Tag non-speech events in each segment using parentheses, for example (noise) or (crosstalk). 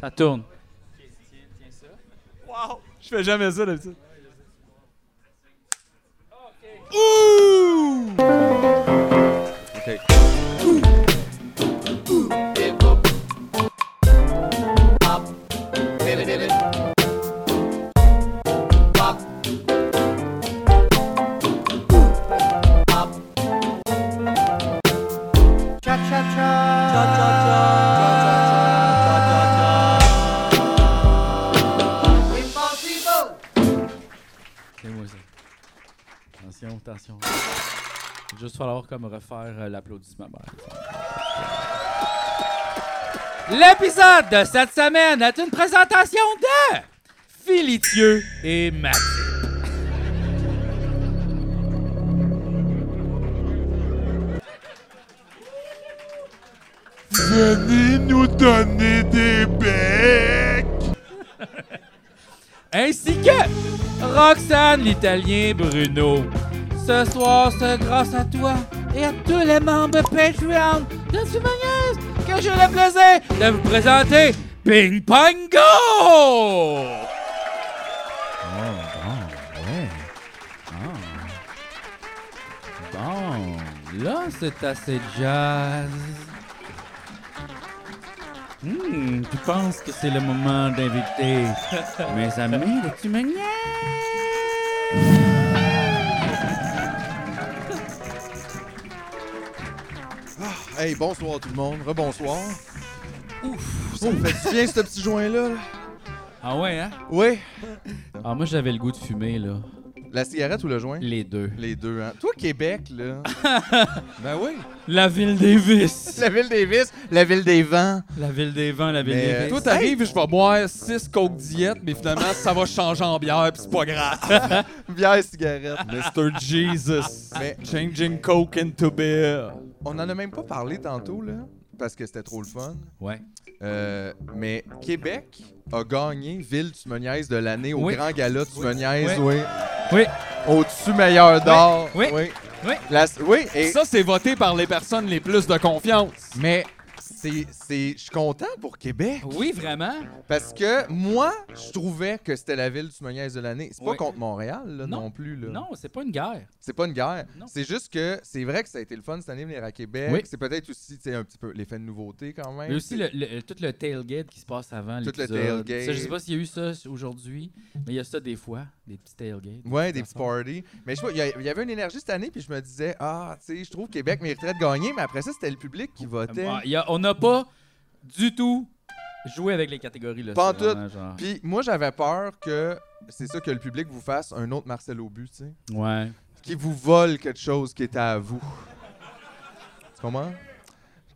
Ça tourne. Wow! Je fais jamais ça d'habitude. Ouh! C'est moi ça. Attention, attention. Juste falloir comme refaire euh, l'applaudissement. Bon. L'épisode de cette semaine est une présentation de Filitieux et Mathieu. Venez nous donner des becs! ainsi que Roxane l'Italien Bruno. Ce soir, c'est grâce à toi et à tous les membres Patreon de Souvenir que j'ai le plaisir de vous présenter Ping Pong Go! Ah, Bon, là, c'est assez jazz. Hmm, tu penses que c'est le moment d'inviter mes amis de Tumania? Hey, bonsoir tout le monde, rebonsoir. Ouf, ça me fait du bien ce petit joint-là. là. Ah ouais, hein? Oui, Ah, moi, j'avais le goût de fumer, là. la cigarette ou le joint? Les deux. Les deux, hein. Toi, Québec, (laughs) là. ben oui. La ville des vices. La ville des vices, la ville des vents. La ville des vents, la ville Mais, des euh, Toi, vices. t'arrives, je vais boire 6 coke diète, mais finalement, ça va changer en bière, pis c'est pas grave. (laughs) Bière, cigarette. Mr. Jesus, Mais- changing coke into beer. On en a même pas parlé tantôt, là, parce que c'était trop le fun. Ouais. Euh, mais Québec a gagné Ville Tumoniaise de l'année au Oui. Grand Gala Tumoniaise, oui. Oui. Au-dessus meilleur d'or. Oui. Oui. Oui. La- oui, et Ça, c'est voté par les personnes les plus de confiance. mais c'est, c'est, je suis content pour Québec. Oui, vraiment? Parce que moi, je trouvais que c'était la ville du Meunier de l'année. C'est pas Oui. contre Montréal là, Non. non. plus. Là. Non, c'est pas une guerre. C'est pas une guerre. Non. C'est juste que c'est vrai que ça a été le fun cette année de venir à Québec. Oui. C'est peut-être aussi tu sais, un petit peu l'effet de nouveauté quand même. Mais aussi C'est- le, le- euh, tout le tailgate qui se passe avant Tout le l'épisode. tailgate. Ça, je sais pas s'il y a eu ça aujourd'hui, mais il y a ça des fois, des petits tailgates. Ouais, des petits parties. Mais je sais pas, il y a- il y avait une énergie cette année, puis je me disais, ah, tu sais, je trouve que Québec mériterait de gagner, mais après ça, c'était le public qui votait. Ah, il y a- on n'a pas du tout joué avec les catégories. Là, c'est Pas en tout. vraiment genre- Puis moi, j'avais peur que c'est ça que le public vous fasse un autre Marcel Aubu, tu sais, Ouais. qui vous vole quelque chose qui était à vous. Tu comprends?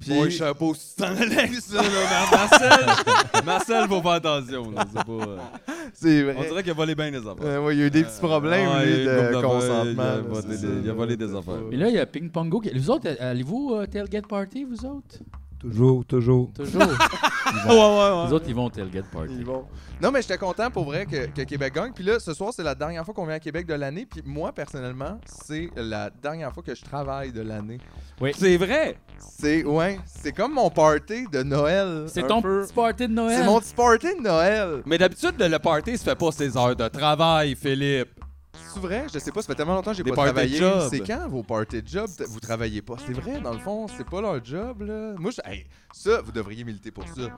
Puis- Moi, je suis pas aussi t'en allais, ça, (laughs) là, mais Marcel, Marcel, faut faire attention, là, c'est pas... euh, C'est On dirait qu'il a volé bien les affaires. Euh, ouais, il y a eu des petits problèmes Ouais, lui, il y a eu une de couple d'affaires, consentement. là, Il a volé c'est des- ça. il a volé des affaires. Mais là, il y a Ping Pongo. qui- Vous autres, allez-vous euh, tailgate party, vous autres? Toujours, toujours. (laughs) Toujours. Ouais, ouais, les autres, ils vont au tailgate party. Ils vont. Non, mais j'étais content pour vrai que, que Québec gagne. Puis là, ce soir, c'est la dernière fois qu'on vient à Québec de l'année. Puis moi, personnellement, c'est la dernière fois que je travaille de l'année. C'est vrai! C'est ouais, c'est comme mon party de Noël. C'est un ton peu. petit party de Noël. C'est mon petit party de Noël. Mais d'habitude, le party se fait pas ses heures de travail, Philippe. C'est vrai, je sais pas, ça fait tellement longtemps que j'ai Des pas party travaillé. job. C'est quand vos party de job, t- vous travaillez pas. C'est vrai, dans le fond, c'est pas leur job là. Moi, je... hey, ça, vous devriez militer pour ça.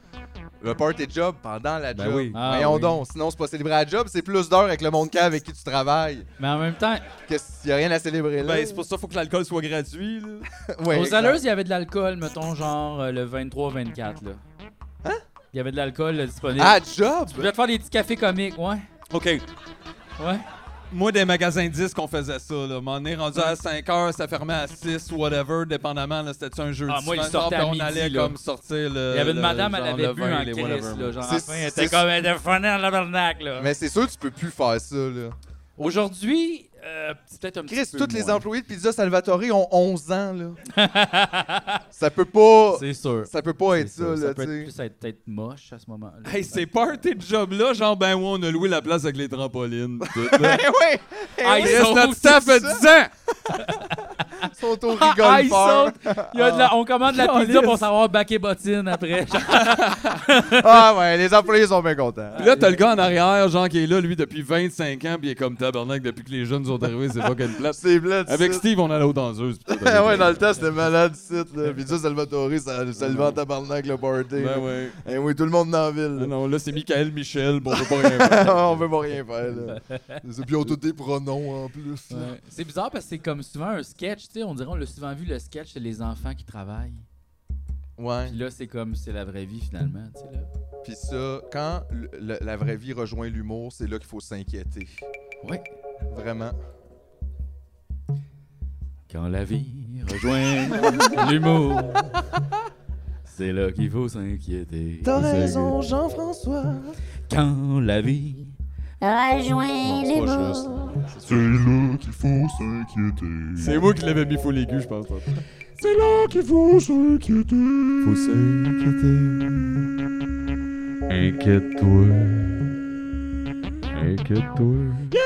Le party de job pendant la Ben job. oui. Ah, Voyons oui. donc, sinon c'est pas célébrer la job, c'est plus d'heures avec le monde cas avec qui tu travailles. Mais en même temps, Qu'est-ce y a rien à célébrer là. Ben, c'est pour ça qu'il faut que l'alcool soit gratuit, là. Ouais, aux Ben, exact. Alleuses, il y avait de l'alcool, mettons, genre euh, le 23-24. là. Hein? Il y avait de l'alcool euh, disponible. Ah, job. Je voulais te faire des petits cafés comiques, ouais. OK. Ouais. Moi, des magasins de disques, on faisait ça, là. M'en est rendu à 5 heures, ça fermait à 6, whatever, dépendamment, là. C'était un jeudi. Ah, moi, il soir, sortait puis à on midi, allait là. comme sortir le. Il y avait Euh, une le- madame, elle genre avait le bu vin, en les crise, whatever. là. Genre, C'est- enfin, elle c'est- était comme elle était funny en tabarnak, là. Mais c'est sûr que tu peux plus faire ça là. Aujourd'hui, euh, c'est peut-être un petit Chris, peu tous les moins. employés de Pizza Salvatore ont 11 ans là. (laughs) ça peut pas C'est sûr. ça peut pas C'est être ça, sûr. peut là, tu être sais. plus être peut-être moche à ce moment-là. Hey, ces party de job-là, genre, ben ouais, on a loué la place avec (laughs) les trampolines. pis tout, là. Eh oui! Ah, ils Yes, sont notre aussi staff a ça. 10 ans! Ils sont au (laughs) Ah, rigole ils fort. sautent. Il y a de la- on commande de (laughs) la pizza Caliste. pour savoir baquet bottine (laughs) après. Genre, Ah ouais, les employés sont bien contents. Puis là, t'as le gars en arrière, genre, qui est là, lui, depuis 25 ans, puis il est comme tabarnak depuis que les jeunes sont arrivés, c'est pas qu'une (laughs) place. C'est blanc, Avec Steve, on allait aux danseuses. pis tout. Ah (laughs) ouais, dans le temps, c'était malade, site, là. Puis ça, Salvatore, ça, ça le vend en tabarnak, le party. là. (laughs) Ben ouais. Eh oui, tout le monde dans la Non, ville. là. non, là, c'est Michael Michel, bon, on peut pas rien (laughs) Ah, faire. on veut pas rien faire, (laughs) là. Et puis, on a tous des pronoms, en plus. là. Ouais. C'est bizarre parce que c'est comme souvent un sketch, tu sais, on dirait on l'a souvent vu le sketch, c'est les enfants qui travaillent. Ouais. Puis là, c'est comme c'est la vraie vie finalement, tu sais là. Puis ça, quand le- le- la vraie vie rejoint l'humour, c'est là qu'il faut s'inquiéter. Ouais. Vraiment. Quand la vie rejoint (laughs) l'humour, c'est là qu'il faut s'inquiéter. Jean-François. Quand la vie Rejoins les c'est pas juste. mots. C'est là qu'il faut (laughs) s'inquiéter. C'est moi qui l'avais mis faux l'aigu, je pense. tantôt. C'est là qu'il faut s'inquiéter. Faut s'inquiéter. Inquiète-toi. Inquiète-toi.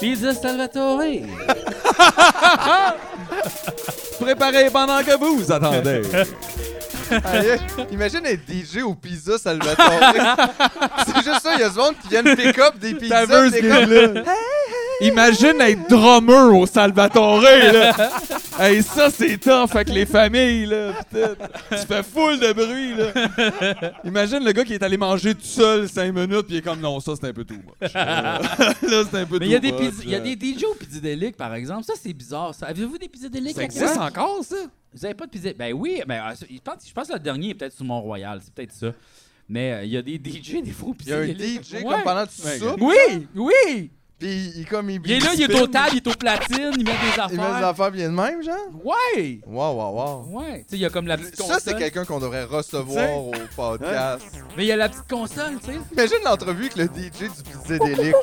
Pizza Salvatore. Préparez pendant que vous vous attendez. Imagine être DJ au Pizza Salvatore. (laughs) c'est juste ça, il y a ce monde qui vient de pick up des pizzas. Taveuse c'est qui comme- est là. Imagine être drummer au Salvatore, (laughs) là. hey, ça, c'est tough avec les familles, là. putain. Tu fais full de bruit, là. Imagine le gars qui est allé manger tout seul 5 minutes, puis il est comme, non, ça, c'est un peu too (laughs) much. Euh, là, Là, c'est un peu Mais euh. too il y a des much, euh. pizz- il y a là. des DJ au pizzadélique par exemple, ça c'est bizarre ça. Avez-vous des pizzadéliques Ça à existe Québec? encore, ça? Vous avez pas de pizza? Ben oui, ben, euh, je, pense, je pense que le dernier est peut-être sur Mont-Royal, c'est peut-être ça. Mais euh, il y a des DJ des faux Il y a un pizzadéliques. DJ comme pendant tout Ouais, ça, Oui, oui! puis il, comme il... Il est là, il est spin, au table, il est au platine, il met des Il met des affaires. affaires bien de même, genre? Ouais! Waouh, waouh, waouh. Ouais, tu sais, il y a comme la petite Ça, console. c'est quelqu'un qu'on devrait recevoir au podcast. Mais il y a la petite console, tu sais. Imagine l'entrevue avec le DJ du Pizza Délic.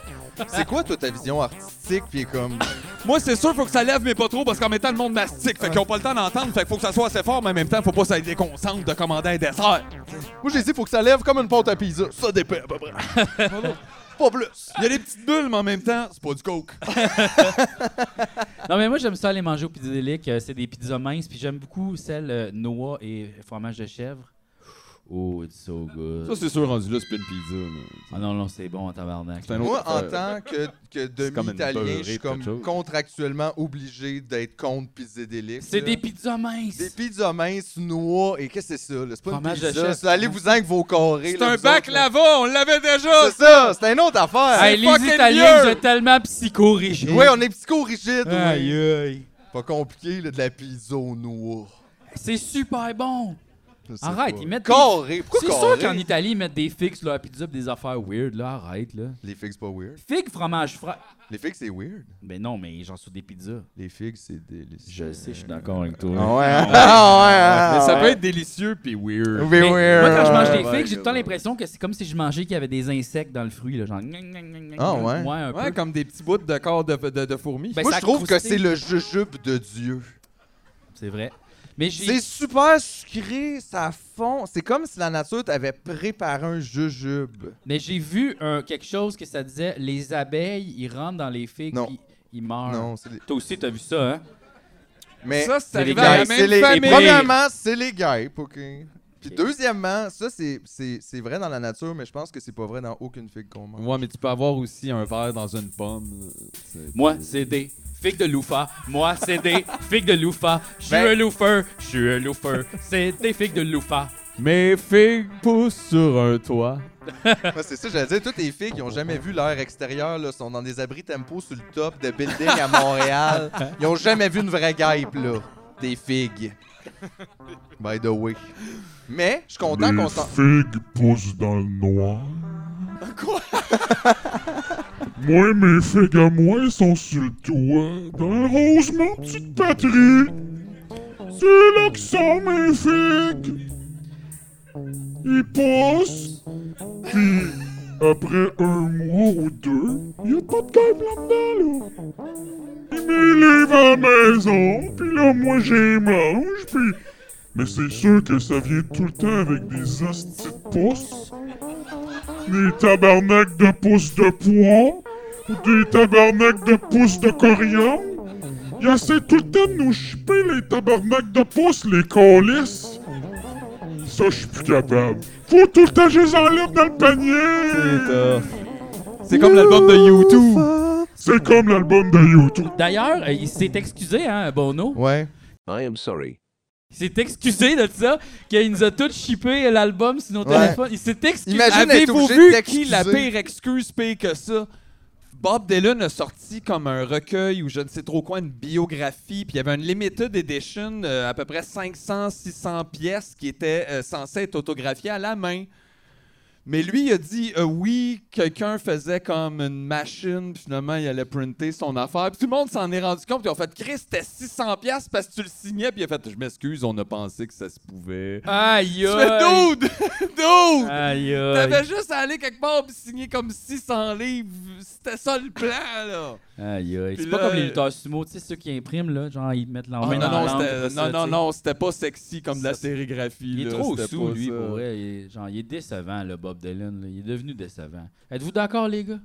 C'est quoi, toi, ta vision artistique? Puis il est comme. Moi, c'est sûr, faut que ça lève, mais pas trop, parce qu'en même temps, le monde mastique. Fait qu'ils ont pas le temps d'entendre. Fait qu'il faut que ça soit assez fort, mais en même temps, faut pas que ça les déconcentre de commander un dessert. Moi, j'ai dit, faut que ça lève comme une pâte à pizza. Ça dépend, à peu près. (laughs) Pas plus. Il y a des petites bulles, mais en même temps, c'est pas du coke. Non, mais moi, j'aime ça aller manger au pizzadélique. Euh, c'est des pizzas minces, puis j'aime beaucoup celle euh, Noah et fromage de chèvre. Oh, it's so good. Ça, c'est sûr, rendu là, c'est plus une pizza. mais Ah non, non, c'est bon en tabarnak. c'est un Moi, autre en affaire. tant que, que euh, comme une beurrée, demi-italien, je suis quelque chose. comme contractuellement obligé d'être contre Pizza Délic. C'est là. des pizzas Des minces. pizzas minces, noix, et qu'est-ce que c'est ça? là? C'est pas une Fromage de pizza. chef. c'est- Allez-vous-en avec vos carrés. C'est là, un vous autres, bac là. lava, on l'avait déjà. C'est ça, c'est une autre affaire. Hey, les fucking Italiens, vieux. ils sont tellement psychorigides. Oui, on est psycho-rigide. oui. Aïe, aïe. Pas compliqué, là, de la pizza aux noix. C'est super bon. Je sais Arrête, pas. ils mettent des- Carré. Pourquoi C'est sûr carré? qu'en Italie, ils mettent des fixes, là, puis des des affaires weird, là. Arrête, là. Les figues, c'est pas weird. Figues, fromage frais. Les figues, c'est weird. Ben non, mais j'en suis des pizzas. Les figues, c'est délicieux. Je sais, je suis d'accord avec toi. Ah ouais, hein? ah ouais, Mais hein? ça Ah peut ouais. être délicieux puis weird. Mais Mais weird. Ah Moi, quand je mange des Ouais, figues, j'ai tout le temps ouais. l'impression que c'est comme si je mangeais qu'il y avait des insectes dans le fruit. Là, genre... gna, gna, gna, gna, gna. Ah ouais? Ouais, un peu. Ouais, comme des petits bouts de corps de, de, de fourmis. Ben, Moi, ça je trouve que croustille. c'est le jujube de Dieu. C'est vrai. Mais j'ai... C'est super sucré, ça fond. C'est comme si la nature t'avait préparé un jujube. Mais j'ai vu un- quelque chose que ça disait les abeilles, ils rentrent dans les figues Non. puis ils meurent. Non, c'est les... Toi aussi, t'as vu ça, hein? Mais ça, c'est mais les arrivé gars, à la c'est même les... famille. Premièrement, c'est les guêpes, OK? Puis Ok. deuxièmement, ça, c'est- c'est c'est vrai dans la nature, mais je pense que c'est pas vrai dans aucune figue qu'on mange. Ouais, mais tu peux avoir aussi un verre dans une pomme. Moi, c'est des figues de loufa. Moi, c'est (laughs) des figues de loufa. Je suis Ben- un loufeur. Je suis un loufeur. C'est des figues de loufa. Mes figues poussent sur un toit. Ouais, c'est ça, j'allais dire, toutes les filles qui ont jamais vu l'air extérieur, là, sont dans des abris tempo sur le top de building à (laughs) Montréal. Ils ont jamais vu une vraie guêpe, là. Des figues. By the way. Mais, je suis content Les qu'on s'en... figues poussent dans le noir. Quoi? (laughs) moi, mes figues à moi sont sur le toit, dans le rose, mon petite patrie. C'est là que sont mes figues. Ils poussent, puis après un mois ou deux, y a pas de câble là-dedans, là. Il m'élève à la maison, puis là, moi, j'ai mange, puis... Mais c'est sûr que ça vient tout le temps avec des hosties de pouces, des tabarnaks de pouces de poids, des tabarnaks de pouces de coriandre. Ils essaient tout le temps de nous chipper les tabarnaks de pouces, les colisses. Ça, je suis plus capable. Faut tout le temps que je les enlève dans le C'est panier! tough. C'est comme l'album de YouTube. C'est comme l'album de YouTube. D'ailleurs, euh, il s'est excusé, hein, Bono. Ouais. I am sorry. Il s'est excusé de ça, qu'il nous a tous chippé l'album sur nos Ouais. téléphones. Il s'est excusé. Imagine être Avez-vous obligé vu de qui la t'excuser. pire excuse pire que ça? Bob Dylan a sorti comme un recueil ou je ne sais trop quoi, une biographie, puis il y avait une limited edition, euh, à peu près 500-600 pièces qui étaient euh, censées être autographiées à la main. Mais lui, il a dit euh, oui, quelqu'un faisait comme une machine, puis finalement, il allait printer son affaire. Puis tout le monde s'en est rendu compte, ils ont fait Chris, c'était 600 pièces parce que tu le signais, puis il a fait Je m'excuse, on a pensé que ça se pouvait. Aïe, Tu fais, aïe. dude! (laughs) dude! Aïe, T'avais aïe. juste à aller quelque part pis signer comme 600 livres. C'était ça le plan, là. Aïe, aïe. C'est Puis pas là, euh, comme les lutteurs sumo, tu sais, ceux qui impriment, là, genre, ils mettent leur Ah, main non, dans la non, langue, tout c'était, ça, non, tu non, sais. non, c'était pas sexy comme de la Ça, c'est- sérigraphie. Il est là, trop euh, c'était sous, pas lui, ça. pour vrai. Il est- genre, il est décevant, le Bob Dylan. là. Il est devenu décevant. Êtes-vous d'accord, les gars?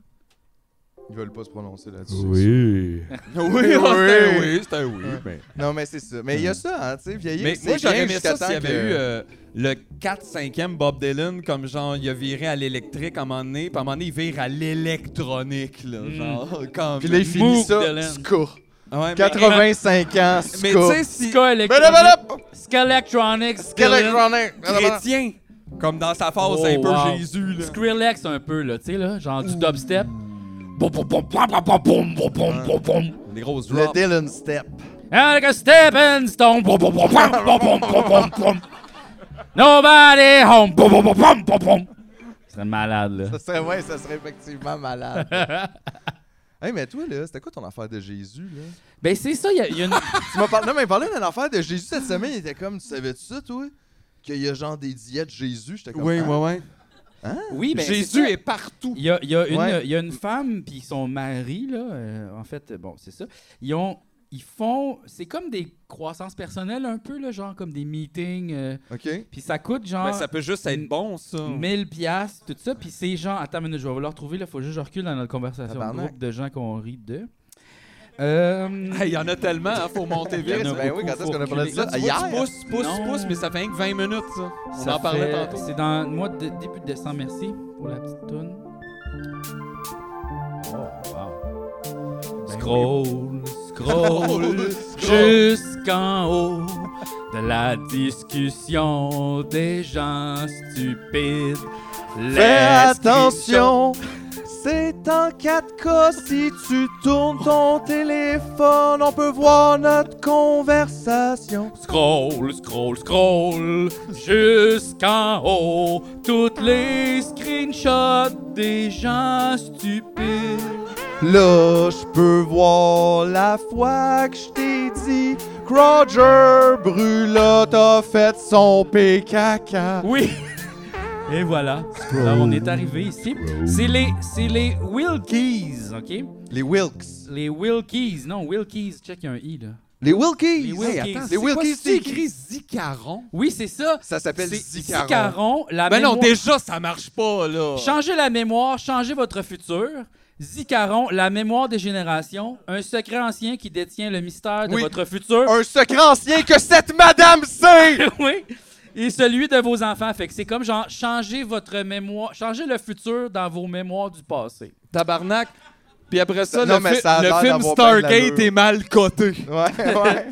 Ils veulent pas se prononcer là-dessus. Oui. Oui, non, c'était un oui, c'était un oui. Ouais. Mais, Non, mais c'est ça. Mais il y a ça, hein, tu sais, vieillir. mais c'est moi, j'aurais bien aimé jusqu'à ça s'il y temps avait que- eu euh, le 4-5e Bob Dylan, comme genre, il a viré à l'électrique à un moment donné, puis à un moment donné, il vire à l'électronique, là, Mm. genre, (laughs) comme... Puis là, il finit Move de ça, laine. Ska. Ouais, mais- 85 ans, Mais Ska. tu sais, si... Ska Mais là, Electronics. là, Ska Electronics. Ska Electronics. là, chrétien, comme dans sa phase Oh, un peu wow. Jésus, là. Skrillex un peu, là, tu sais, là, genre du dubstep. Des grosses Le drops. Dylan Step. And like a stepping stone. Nobody home. Ce serait malade, là. Ça serait, ouais, ça serait effectivement malade. (laughs) hey, mais toi, là, c'était quoi ton affaire de Jésus, là? Ben, c'est ça, il y, a- il y a une. tu m'as parlé, non, mais il parlait d'une affaire de Jésus cette semaine, il était comme, tu savais-tu ça, toi? Qu'il y a genre des diètes Jésus, j'étais comme. Oui, ah. ouais, ouais. Oui, ben, c'est Jésus ça. est partout. Il y a, il y a une, Ouais. il y a une femme puis son mari, là, euh, en fait, euh, bon, c'est ça. Ils ont. Ils font. C'est comme des croissances personnelles un peu, là, genre comme des meetings. euh, OK? puis ça coûte genre. Ben, ça peut juste être bon, ça. 1000 piastres, tout ça. Puis ces gens... Attends une minute, je vais le retrouver. Il faut juste que je recule dans notre conversation. Un Tabarnak. groupe de gens qu'on rit de. Euh, Hey, Il y en a tellement, hein, faut monter Il y en a vite. Chris, ben oui, beaucoup, quand est-ce qu'on a faut parlé de reculer. ça? Là, Tu Hier? vois, tu pousses, pousses, Non. pousses, mais ça fait rien que 20 minutes, ça. On ça en parlait fait- tantôt. C'est dans le mois de début de décembre. Merci pour la petite toune. Oh, wow. Scroll, scroll, jusqu'en haut de la discussion des gens stupides. Fais L'inscription- attention, c'est en 4K. Si tu tournes ton téléphone, on peut voir notre conversation. Scroll, scroll, scroll, jusqu'en haut, toutes les screenshots des gens stupides. Là, je peux voir la fois que je t'ai dit. que Roger Brulotte a fait son PKK. Oui! Et voilà. Alors, on est arrivé ici. C'est les, c'est les Wilkies, OK? Les Wilkes. Les Wilkies. Non, Wilkies. Check, il y a un I, là. Les Wilkies. Les Wilkies. attends, C'est Ah, les Wilkies, c'est c'est écrit Zicaron. Oui, c'est ça. Ça s'appelle C'est Zicaron. Zicaron, la Ben non, mémoire- déjà, ça marche pas, là. Changez la mémoire, changez votre futur. Zicaron, la mémoire des générations, un secret ancien qui détient le mystère de Oui. votre futur. Un secret ancien que cette madame sait. (laughs) oui. Et celui de vos enfants. Fait que c'est comme genre changer votre mémoire, changer le futur dans vos mémoires du passé. Tabarnak. Puis après ça, Non, le, mais fi- ça a le l'air film d'avoir plein de Stargate l'allure. est mal coté. Ouais, ouais.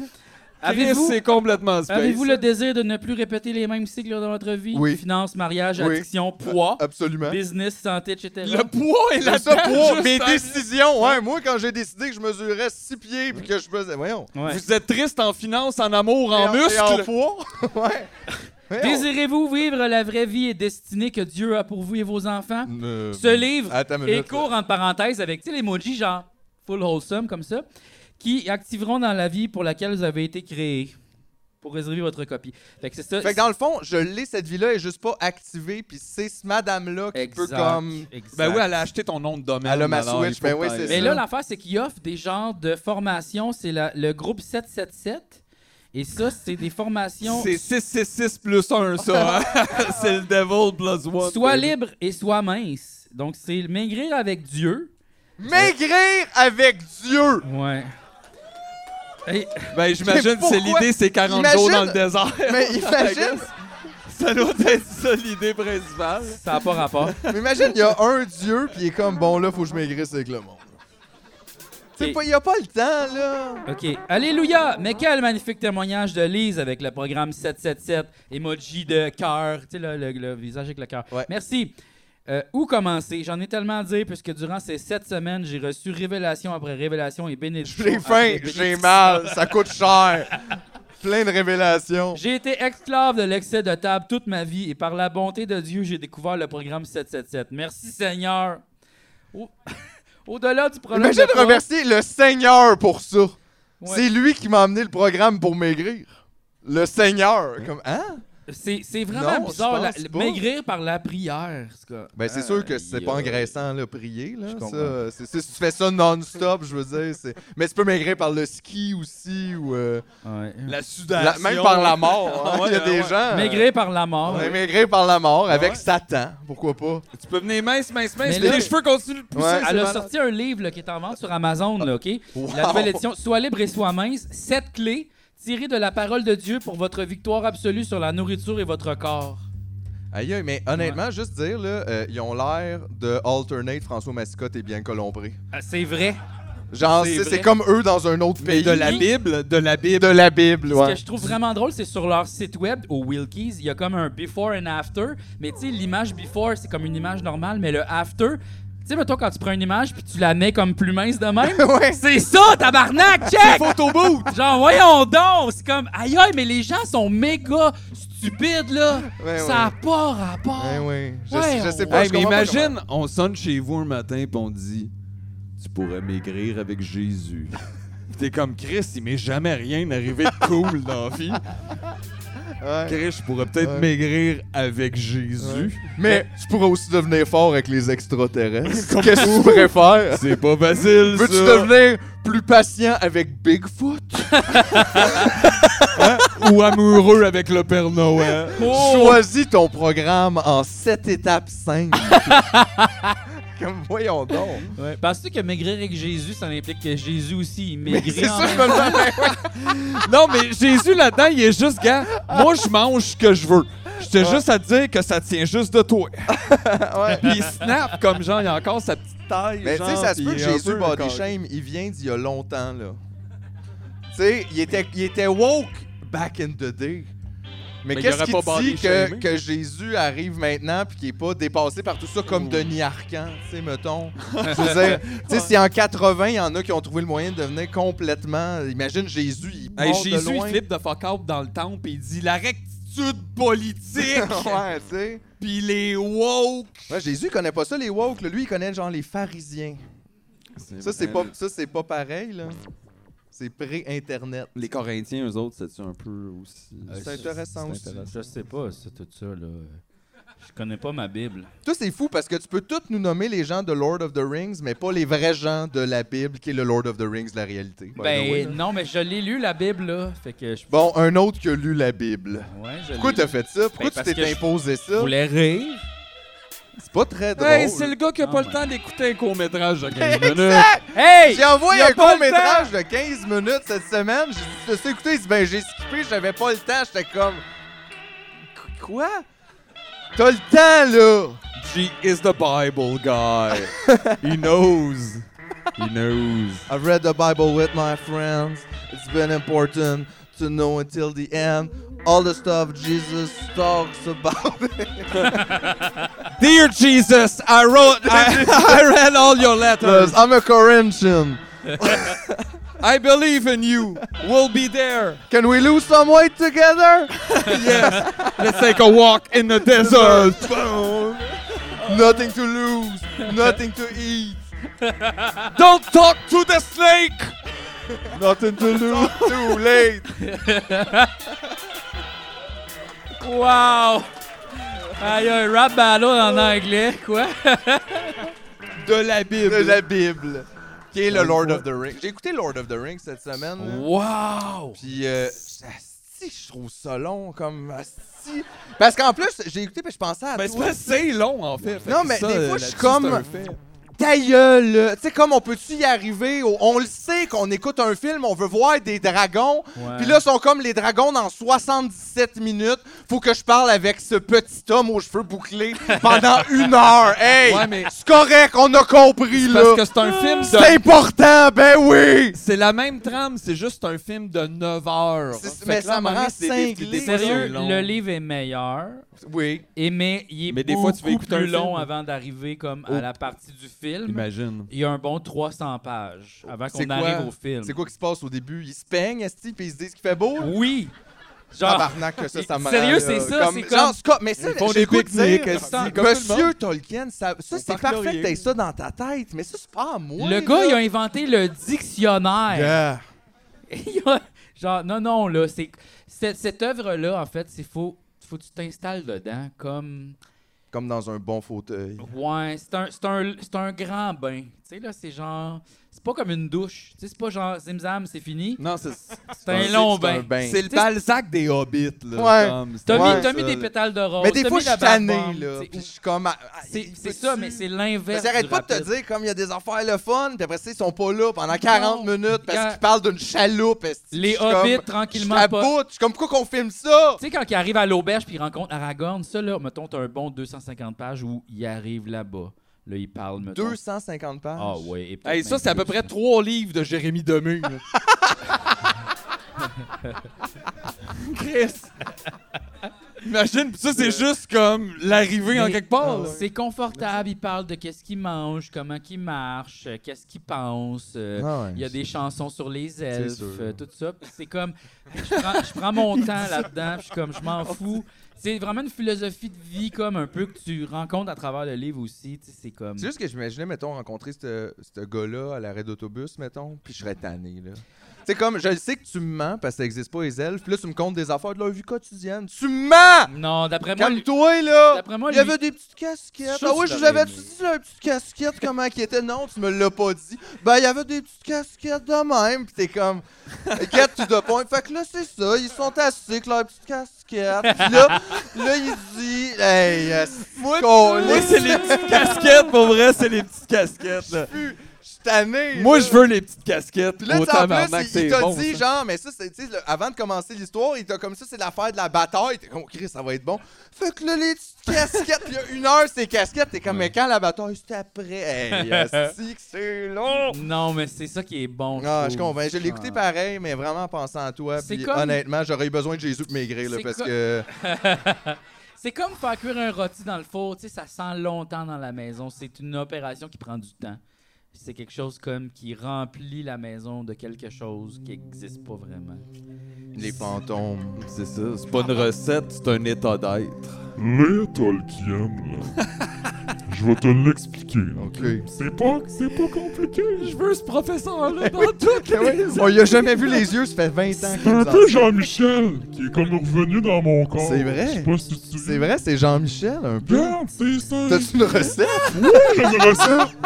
Chris, Avez-vous c'est complètement space. avez-vous le désir de ne plus répéter les mêmes cycles dans votre vie Oui. Finance, mariage, Oui. addiction, poids, (laughs) Absolument. business, santé, etc. Le poids est J'aime là ça pour mes décisions. Ouais, moi, quand j'ai décidé que je mesurais 6 pieds puis que je faisais. Voyons. Ouais. Vous êtes triste en finance, en amour, en Et muscle. et en poids. ouais. Voyons. Désirez-vous vivre la vraie vie et destinée que Dieu a pour vous et vos enfants Euh, Ce livre attends une et minute, court entre parenthèses avec tu sais, l'emoji genre full wholesome comme ça, qui activeront dans la vie pour laquelle vous avez été créé. pour réserver votre copie. Fait que c'est ça. Fait que dans le fond, je l'ai cette vie-là, elle est juste pas activée, puis c'est ce madame-là qui peut Exact, comme. exact. Ben oui, elle a acheté ton nom de domaine. Elle a ma alors il Switch, faut ben oui, que t'ailles. c'est Mais là, ça. l'affaire, c'est qu'ils offrent des genres de formations. C'est la- le groupe 777. Et ça, c'est des formations C'est 666 plus 1, ça. hein? (laughs) c'est le devil plus one. soit libre et soit mince. Donc, c'est maigrir avec Dieu. Maigrir avec Dieu! Ouais. Et- Ben, j'imagine Mais que c'est pourquoi? l'idée, c'est 40 jours dans le désert. (laughs) (laughs) Mais imagine, ça doit être ça l'idée principale. ça n'a pas rapport. mais imagine, il y a un Dieu, puis il est comme, bon là, faut que je maigrisse avec le monde. Tu sais Et- pas, il y a pas le temps, là. OK. Alléluia! Mais quel magnifique témoignage de Lise avec le programme 777, emoji de cœur, tu sais, le, le- le visage avec le cœur. Ouais. Merci. Euh, où commencer? J'en ai tellement à dire puisque durant ces sept semaines, j'ai reçu révélation après révélation et bénédiction. J'ai après faim, j'ai bénédiction. mal, ça (laughs) coûte cher. Plein de révélations. J'ai été esclave de l'excès de table toute ma vie et par la bonté de Dieu, j'ai découvert le programme 777. Merci Seigneur. Au- (laughs) Au-delà du problème. Imagine de poids- remercier le Seigneur pour ça. Ouais. C'est lui qui m'a amené le programme pour maigrir. Le Seigneur. Comme, hein? C'est c'est vraiment Non, je bizarre, la- pense pas. maigrir par la prière. ce gars. Ben, c'est Ah, sûr que c'est il pas a- engraissant, là, prier, là. Je comprends. Ça, c'est- c'est- si tu fais ça non-stop, je veux dire, c'est... Mais tu peux maigrir par le ski aussi, ou... euh, Ouais. La la- sudation. même par la (laughs) mort, hein. (laughs) Ouais, Il y a des ouais. gens... euh, Maigrir par la mort. ouais, maigrir par la mort, avec Ouais. Satan, pourquoi pas. Tu peux venir mince, mince, mince, Mais mais là- les cheveux continuent de pousser. Ouais. c'est Elle a malade. sorti un livre là, qui est en vente sur Amazon, là, OK? La Wow. nouvelle édition, Soit libre et soit mince, sept clés tirées de la parole de Dieu pour votre victoire absolue sur la nourriture et votre corps. Aïe, aïe, mais honnêtement, juste dire, là, euh, ils ont l'air de alternate François Mascotte et Bianca Lompré. Ah, c'est vrai. Genre, C'est c'est c'est vrai. comme eux dans un autre Mais pays. de la Bible, de la Bible. de la Bible, Ce ouais. que je trouve vraiment drôle, c'est sur leur site web, au Wilkies, il y a comme un before and after. Mais tu sais, l'image before, c'est comme une image normale, mais le after, tu sais, mettons, quand tu prends une image puis tu la mets comme plus mince de même, (laughs) ouais. c'est ça, tabarnak, check! Photoboot! (laughs) Genre, voyons donc! C'est comme, aïe aïe, mais les gens sont méga stupides, là! Ouais, ça ouais. a pas rapport! Ouais, ouais. Ben Je, Ouais, sais- je sais on- pas. Hey, je mais comprends pas imagine, on sonne chez vous un matin et on dit Tu pourrais maigrir avec (laughs) Jésus. Pis T'es comme Chris, il m'est jamais rien arrivé de cool dans la (laughs) vie. comment- Ouais. Chris, je pourrais peut-être Ouais. maigrir avec Jésus. Mais tu pourrais aussi devenir fort avec les extraterrestres. (laughs) Qu'est-ce que tu préfères? C'est pas facile, Veux-tu ça. devenir plus patient avec Bigfoot? Ou amoureux avec le Père Noël. Oh! Choisis ton programme en 7 étapes (laughs) 5. Comme voyons donc. Ouais. Penses-tu que maigrir avec Jésus, ça implique que Jésus aussi, il Mais maigrit c'est en ça, je même me demande. (laughs) Non, mais Jésus là-dedans, il est juste, gars, moi je mange ce que je veux. Je te Ouais. juste à te dire que ça tient juste de toi. Ouais. Puis il snap comme genre, il a encore sa petite taille. Mais tu sais, ça se peut que Jésus Body chaînes. Shame, il vient d'il y a longtemps, là. Tu sais, il était, il était woke back in the day. Mais, Mais il qu'est-ce aurait qui pas te body dit que, shamé? que Jésus arrive maintenant puis qu'il est pas dépassé par tout ça comme Denis Arcan, tu sais, mettons. (laughs) Je veux dire, tu sais, si en 80, il y en a qui ont trouvé le moyen de devenir complètement... Imagine Jésus, il part Hey, de Jésus, il loin. flippe de fuck out dans le temple et il dit la rectitude (laughs) (laughs) politique, ouais, tu sais. puis les woke. Ouais, Jésus, il connaît pas ça, les woke. là. Lui, il connaît genre les pharisiens. Ça, c'est pas, ça, c'est pas pareil, là. C'est pré-Internet. Les Corinthiens, eux autres, c'est un peu aussi. C'est intéressant aussi. temps? Je sais pas, c'est tout ça, là. Je connais pas ma Bible. Toi, c'est fou parce que tu peux tous nous nommer les gens de Lord of the Rings, mais pas les vrais gens de la Bible qui est le Lord of the Rings, la réalité. by the way, Ben, là. non, mais je l'ai lu, la Bible, là. Fait que je. Bon, un autre qui a lu la Bible. Ouais, je l'ai Pourquoi lu. t'as fait ça? Pourquoi Ben, parce tu que t'es je imposé Je ça? voulais rire. C'est pas très drôle. Hey, c'est le gars qui a Oh pas my le temps d'écouter un (laughs) court-métrage de 15 Exact! minutes. Hey! J'ai envoyé Il a un pas le court-métrage de 15 minutes cette semaine. J'ai dit, tu sais, écoutez, il dit, ben j'ai skippé, j'avais pas le temps. J'étais comme, Qu- quoi? T'as le temps, là! G is the Bible guy. He knows. He knows. I've read the Bible with my friends. It's been important to know until the end all the stuff Jesus talks about. (laughs) Dear Jesus, I wrote, I, (laughs) I read all your letters. I'm a Corinthian. I believe in you. We'll be (laughs) there. Can we lose some weight together? (laughs) Yes. Let's take a walk in the desert. (laughs) nothing to lose, nothing to eat. Don't talk to the snake. Nothing to lose. Too late. Wow! Ah, il y a un rap battle en anglais, quoi? De la De Bible. la Bible. Qui est le Lord of the Rings. J'ai écouté Lord of the Rings cette semaine. là. Wow! Puis, euh, asti, je trouve ça long comme asti. Parce qu'en plus, j'ai écouté puis je pensais à Ben, c'est toi. pas c'est long, en fait. Fait Non, que mais ça, des fois, euh, je suis là-dessus, comme- c'est un fait. Ta gueule, là. Tu sais, comme on peut-tu y arriver? au- On le sait qu'on écoute un film, on veut voir des dragons. Ouais. Puis là, sont comme les dragons dans 77 minutes. Faut que je parle avec ce petit homme aux cheveux (laughs) bouclés pendant une heure. Hey! Ouais, mais- C'est correct, on a compris, là. Parce que c'est un film de... C'est important, ben oui! C'est la même trame, c'est juste un film de 9 heures. C'est- Fait mais que là, ça à un me moment donné, rend c'est des- des- cinglé. des fois, c'est Sérieux, long. le livre est meilleur, Oui. et mais il est Mais des beaucoup fois, tu veux écouter un plus film. long avant d'arriver comme à Oh. la partie du film. Imagine. Il y a un bon 300 pages avant C'est qu'on quoi? arrive au Mm. film. C'est quoi qui se passe au début? Ils se peignent, Esti, puis ils se disent qu'il fait beau. Oui! Genre, Tabarnak, que ça, ça me Sérieux, rend, c'est là, ça, c'est comme- Genre, Scott- mais ça, Ils font j'ai des le goût de pique-niques, dire, esti, comme tout le Monsieur monde. Tolkien, ça, ça, Au c'est parc parfait Laurier. que t'aies ça dans ta tête, mais ça, c'est pas à moi. le gars, il a inventé le dictionnaire. Yeah. (laughs) Il a- euh, Genre, non, non, là, c'est. Cette, cette œuvre-là, en fait, c'est faut. Faut que tu t'installes dedans comme. Comme dans un bon fauteuil. Ouais, c'est un, c'est un, c'est un grand bain. Tu sais, là, c'est genre. C'est pas comme une douche. Tu sais, c'est pas genre Zimzam, c'est fini. Non, c'est... C'est un long bain. C'est le Balzac des Hobbits, là. Ouais. comme, c'est- T'as mis, Ouais, t'as mis ça, des là. pétales de rose. Mais des t'as fois, mis je la suis tanné, barbe, là. c'est- Puis je suis comme. ah, ah, C'est il c'est peut-tu- ça, mais c'est Parce l'inverse. qu'ils arrêtent du pas de te rapide. dire, comme il y a des affaires le fun, puis après ça, ils sont pas là pendant 40 minutes parce Quand- qu'ils parlent d'une chaloupe. esti. Les Je suis comme, hobbits, Je suis tranquillement. à pas- bout. Je suis comme, pourquoi qu'on filme ça? Tu sais, quand ils arrivent à l'auberge puis ils rencontrent Aragorn, ça, là, mettons, t'as un bon 250 pages où ils arrivent là-bas. Là, ils parlent, mettons. 250 pages. Ah, ouais. et peut-être Hey, ça, même c'est à peu plus. près trois livres de Jérémy Demure. (laughs) Chris! Imagine, pis ça, c'est juste comme l'arrivée en Mais- quelque part. là. C'est confortable, il parle de qu'est-ce qu'il mange, comment qu'il marche, euh, qu'est-ce qu'il pense. euh, Ah ouais, il y a des chansons sur les elfes, sûr. euh, tout ça. Puis C'est comme, je prends, je prends mon temps là-dedans, puis je suis comme, je (laughs) m'en fous. C'est vraiment une philosophie de vie comme un peu que tu rencontres à travers le livre aussi. tu sais, C'est comme, C'est juste que j'imaginais, mettons, rencontrer ce ce gars-là à l'arrêt d'autobus, mettons, puis je serais tanné, là. C'est comme, je le sais que tu me mens parce que ça existe pas les elfes, puis là, tu me comptes des affaires de leur vie quotidienne. Tu me mens! non, d'après moi, lui- Calme-toi, là! d'après moi, Il y lui- avait des petites casquettes. Je Ah sais si oui, je vous t'aurais avais aimé. dit la petite casquette, comment qui était. Non, tu me l'as pas dit. Ben, il y avait des petites casquettes de même, pis t'es comme. Get to the point. Fait que là, c'est ça, ils sont assis avec leurs petites casquettes. Puis (laughs) là, là, il dit. Hey, euh, Moi, colisse. c'est les petites casquettes, pour vrai, c'est les petites casquettes. là. Je suis tanné. Moi, là. je veux les petites casquettes. Puis là, tu sais, Autant en tabarnak, plus, il, il c'est t'a bon, dit, ça. genre, mais ça, c'est, tu sais, le- avant de commencer l'histoire, il t'a comme ça, c'est l'affaire de la bataille. T'es comme, Oh, Chris, ça va être bon. Fait que là, les petites casquettes, puis il y a une heure, ces casquettes, t'es comme, mais quand la bataille, c'est après. (laughs) Hey, asti que c'est long. non, mais c'est ça qui est bon. Ah, je Oh, trouve. comprends. Je l'ai écouté Ah. pareil, mais vraiment en pensant à toi. C'est Puis comme- honnêtement, j'aurais eu besoin de Jésus pour maigrir, là, C'est parce co- que. C'est comme faire cuire un rôti dans le four, tu sais, ça sent longtemps dans la maison. C'est une opération qui prend du temps. C'est quelque chose comme qui remplit la maison de quelque chose qui n'existe pas vraiment. Les fantômes. C'est ça, c'est pas une recette, c'est un état (laughs) d'être. Les Tolkien, là. Je vais te l'expliquer. là. OK. C'est pas, c'est pas compliqué. Je veux ce professeur-là dans toutes (laughs) Ah On y a jamais vu les yeux, ça fait 20 ans C'est un peu Jean-Michel qui est comme revenu dans mon corps. C'est vrai. Je sais pas si tu C'est vrai, c'est Jean-Michel, un peu. Regarde, c'est ça. T'as-tu une recette? Je dirais ça. (laughs)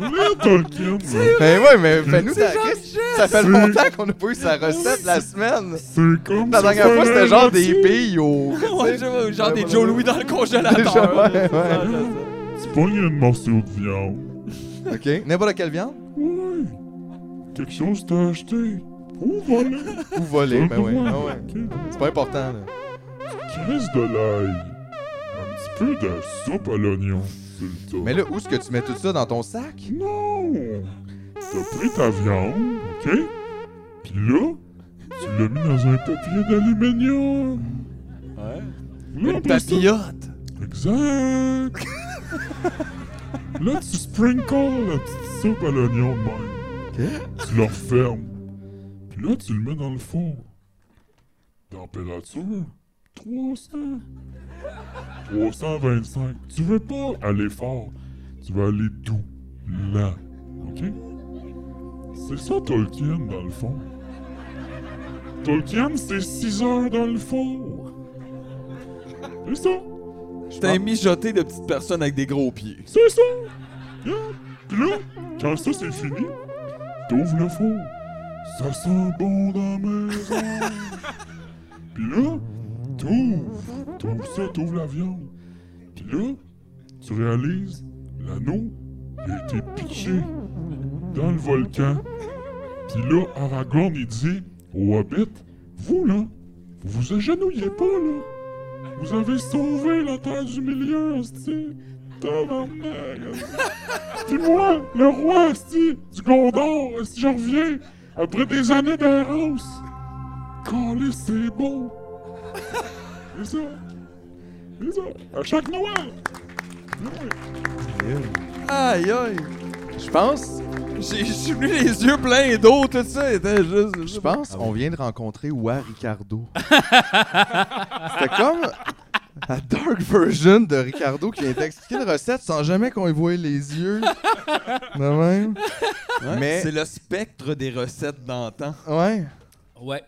Les Tolkien, là. Ben ouais, mais fais-nous C'est ta Ça fait longtemps qu'on n'a pas eu sa recette la semaine. C'est comme La si dernière fois, fallait c'était genre le des tuer. billes au. Ouais, je vois, (laughs) genre Ouais, des Joe ouais. Louis dans le congélateur. Ouais, là. ouais. Ah, Tu pognes un morceau de viande. Ok. N'importe quelle viande Ouais. Quelque chose t'as acheté. Ou voilà. (laughs) ou volée, ben (laughs) ouais. Ouais, Ah ouais. ok. C'est pas important, là. Crise de l'ail. Un petit peu de soupe à l'oignon, c'est le top. Mais là, où est-ce que tu mets tout ça dans ton sac Non! T'as pris ta viande, ok? Puis là, tu l'as mis dans un papier d'aluminium. Ouais. Là, Une après ça- papillote. Exact! (laughs) là, tu sprinkles la petite soupe à l'oignon de même. Tu la refermes. Puis là, tu le mets dans le four. Température 300. 325. Tu veux pas aller fort. Tu veux aller doux. Là. OK? C'est ça Tolkien, dans le fond. Tolkien, c'est 6 heures dans le four. C'est ça. J'étais un mijoté de petites personnes avec des gros pieds. C'est ça. Yeah. Puis là, quand ça c'est fini, t'ouvres le four. Ça sent bon dans la maison. Puis là, t'ouvres. T'ouvres ça, t'ouvres la viande. Puis là, tu réalises, l'anneau, il a été pitché dans le volcan. Puis là, Aragorn, il dit au Hobbit, vous là, vous vous agenouillez pas là. Vous avez sauvé la terre du milieu, esti! Tabarnak, (laughs) esti. Puis moi, le roi, esti, du Gondor, esti, je reviens après des années d'errance! Calé, c'est beau! C'est ça! C'est ça! À chaque Noël! Ouais. Aïe aïe! Je pense. J'ai je suis venu les yeux pleins d'eau, tout ça. Était juste, Je pense on vient de rencontrer Wa (laughs) Ricardo. C'était comme la dark version de Ricardo qui vient t'expliquer une recette sans jamais qu'on y voie les yeux. De même. Mais... Mais- C'est le spectre des recettes d'antan. Ouais. Ouais.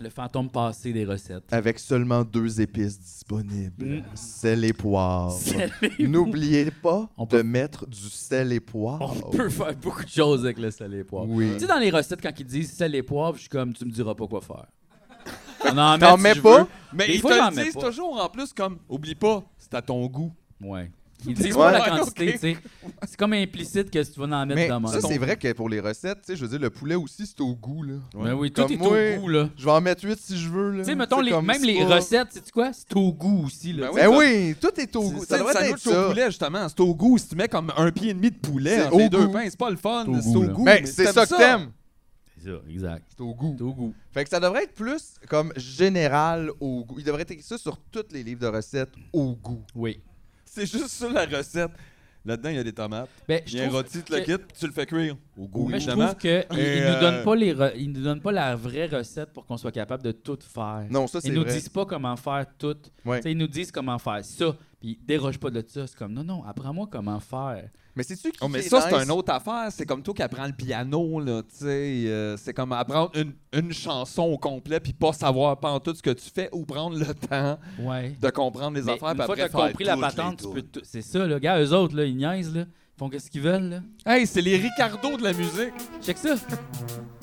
Le fantôme passé des (laughs) recettes. Avec seulement deux épices disponibles. Mm. Sel et poivre. Sel N'oubliez pas On de peut- mettre du sel et poivre. On peut faire beaucoup de choses Oh. avec le sel et poivre. Oui. Tu sais, dans les recettes, quand ils disent sel et poivre, je suis comme, tu me diras pas quoi (laughs) faire. On en T'en met mets si je pas? veux. Mais Des ils fois, j'en te mets le disent pas. toujours en plus comme oublie pas, c'est à ton goût. Ouais. Ils disent Ouais, pas la ok. quantité, tu sais. C'est comme implicite que tu vas en mettre Mais dans mon ça, c'est vrai que pour les recettes, tu sais, je veux dire, le poulet aussi, c'est au goût, là. Mais Ben oui, tout Comme est moi, au goût, là. Je vais en mettre 8 si je veux, là. Tu sais, mettons, les, comme même c'est les pas- recettes, sais-tu quoi? C'est au goût aussi, là. Ben Ben Oui, oui, tout est au goût. ça Ça doit devrait être être au ça. poulet justement, c'est au goût. Si tu mets comme un pied et demi de poulet C'est entre les au deux goût. pains, c'est pas le fun. C'est au C'est goût, au là. goût. Mais Ben, c'est ça que t'aimes. C'est ça, exact. C'est au goût. C'est au goût. Fait que ça devrait être plus comme général au goût. Il devrait être écrit ça sur tous les livres de recettes au goût. Oui. C'est juste ça la recette. Là-dedans, il y a des tomates. Ben, je Bien trouve rôti, tu le que- quittes, tu le fais cuire. Au goût, Mais je évidemment. trouve qu'ils Et, nous euh, donnent pas les re- ils nous donnent pas la vraie recette pour qu'on soit capable de tout faire. Non, ça, c'est Ils nous vrai. disent pas comment faire tout. Ouais. Tu sais, Ils nous disent comment faire ça, puis déroge pas de ça. C'est comme non non, apprends-moi comment faire. Mais c'est-tu qui Oh, mais qui est ça, c'est nice? une autre affaire. C'est comme toi qui apprends le piano, là, tu sais. euh, c'est comme apprendre une, une chanson au complet puis pas savoir pas en tout ce que tu fais ou prendre le temps Ouais. de comprendre les Mais affaires. Ben, une puis fois que après t'as faire compris la toutes les patente, tu peux tunes. tout- c'est ça le gars, eux autres là, ils niaisent là, ils font qu'est-ce qu'ils veulent là. Hey, c'est les Ricardo de la musique. Check ça.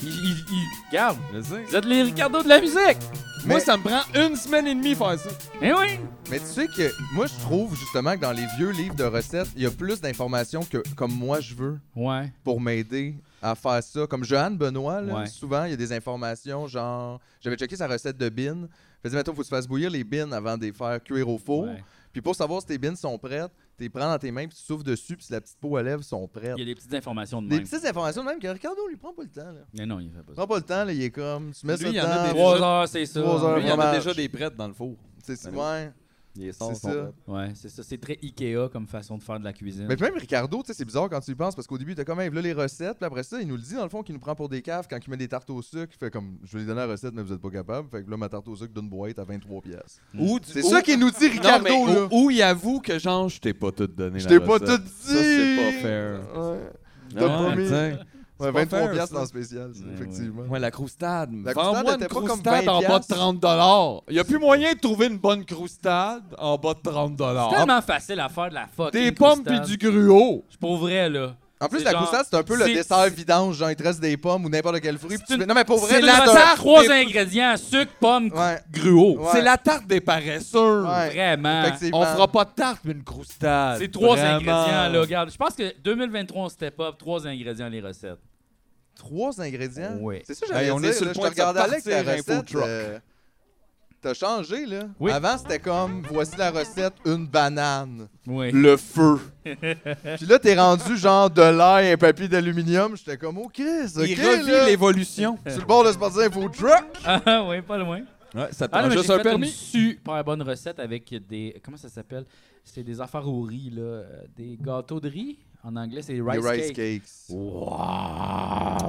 Ils, ils- ils- regarde, Je sais. vous êtes les Ricardo de la musique. Moi, Mais- ça me prend une semaine et demie faire ça. Eh oui. Mais tu sais que moi, je trouve justement que dans les vieux livres de recettes, il y a plus d'informations que comme moi je veux Ouais. pour m'aider à faire ça. Comme Joanne Benoît, là, Ouais. souvent, il y a des informations genre. J'avais checké sa recette de bines. Je faisais, mettons, faut que tu fasses bouillir les bines avant de les faire cuire au four. Ouais. Puis pour savoir si tes bines sont prêtes, tu les prends dans tes mains, puis tu souffles dessus, puis si la petite peau à lèvres sont prêtes. Il y a des petites informations de Des même. petites informations de même que Ricardo, lui, prend pas le temps. Là. Mais non, il fait pas ça. Prends pas le temps, là, il est comme. Tu mets Lui, ça il y en a dedans. des- Trois heures, c'est ça. Trois heures, Lui, il y en a fromage. déjà des prêtes dans le four. C'est c'est- ouais. Les C'est sauces sont ça. prêtes. Ouais, c'est ça. C'est très Ikea comme façon de faire de la cuisine. Mais puis même Ricardo, tu sais, c'est bizarre quand tu y penses parce qu'au début, il était comme, hey, là, les recettes. Puis après ça, il nous le dit, dans le fond, qu'il nous prend pour des caves quand il met des tartes au sucre. Il fait comme, je vais les donner la recette, mais vous êtes pas capable. Fait que là, ma tarte au sucre d'une boîte à 23 pièces. Ou tu- Mm. C'est Oh. ou- ça qu'il nous dit, Non, Ricardo, mais ou- là. ou il avoue que genre, je t'ai pas tout donné. Je la t'ai pas recette. tout dit. Ça, c'est pas fair. Ouais. Non, T'as pas ouais, mis. tiens. Ouais, pas 23 fair, pièces ça. Ben dans spécial, ça, Ouais, effectivement. Ouais, la croustade. La Vends-moi croustade une était pas comme croustade 20 en bas de 30 dollars. Il y a plus moyen de trouver une bonne croustade en bas de 30 dollars. Ah, C'est tellement facile à faire de la fucking Des pommes puis croustade. du gruau. Je suis Pour vrai, là. En plus, C'est la genre- croustade, c'est un peu le c'est- dessert vidange, genre, il te reste des pommes ou n'importe quel fruit. C'est puis tu une- fais- Non, mais pour vrai, C'est là, la t'as- tarte, trois t'es- ingrédients, Ah, sucre, pomme, Ouais. Gruau. Ouais. C'est la tarte des paresseux. Ouais. vraiment. Effectivement. On fera pas de tarte, mais une croustade. C'est trois Vraiment. ingrédients, là. Regarde, je pense que 2023, on step up, trois ingrédients, les recettes. trois ingrédients. Ouais. C'est ça, que j'allais Hey, on dire, est sur le là, point je de te regardais avec ta partir, info recette. truck. euh, T'as changé, là. Oui. Avant, c'était comme, voici la recette, une banane, Oui. le feu. Puis là, t'es rendu genre de l'ail et un papier d'aluminium. J'étais comme, OK, c'est OK, Il revit là. l'évolution. Sur le bord de se partir un food truck. (laughs) Ah, oui, pas loin. Ouais, ça te Ah, prend non, mais j'ai juste un fait une permis. super bonne recette avec des... Comment ça s'appelle? C'est des affaires au riz, là. euh, Des gâteaux de riz. En anglais, c'est des rice, Les rice cake. cakes.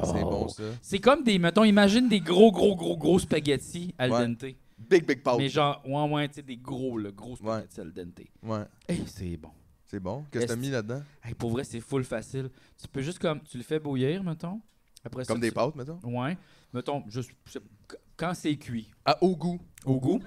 C'est bon, (laughs) ça. C'est comme des, mettons, imagine des gros, gros, gros, gros spaghettis al Ouais. dente. Big, big pow. Mais genre, ouais, ouais, tu sais, des gros, là, gros Ouais. spaghettis al dente. Ouais. Hey, c'est bon. C'est bon. Qu'est-ce que t'as Est-ce- mis là-dedans? Hey, pour vrai, c'est full facile. Tu peux juste comme, tu le fais bouillir, mettons. Après ça, Comme des tu- pâtes, mettons. Ouais. Mettons, juste, je- quand c'est cuit, Ah, au goût. au goût.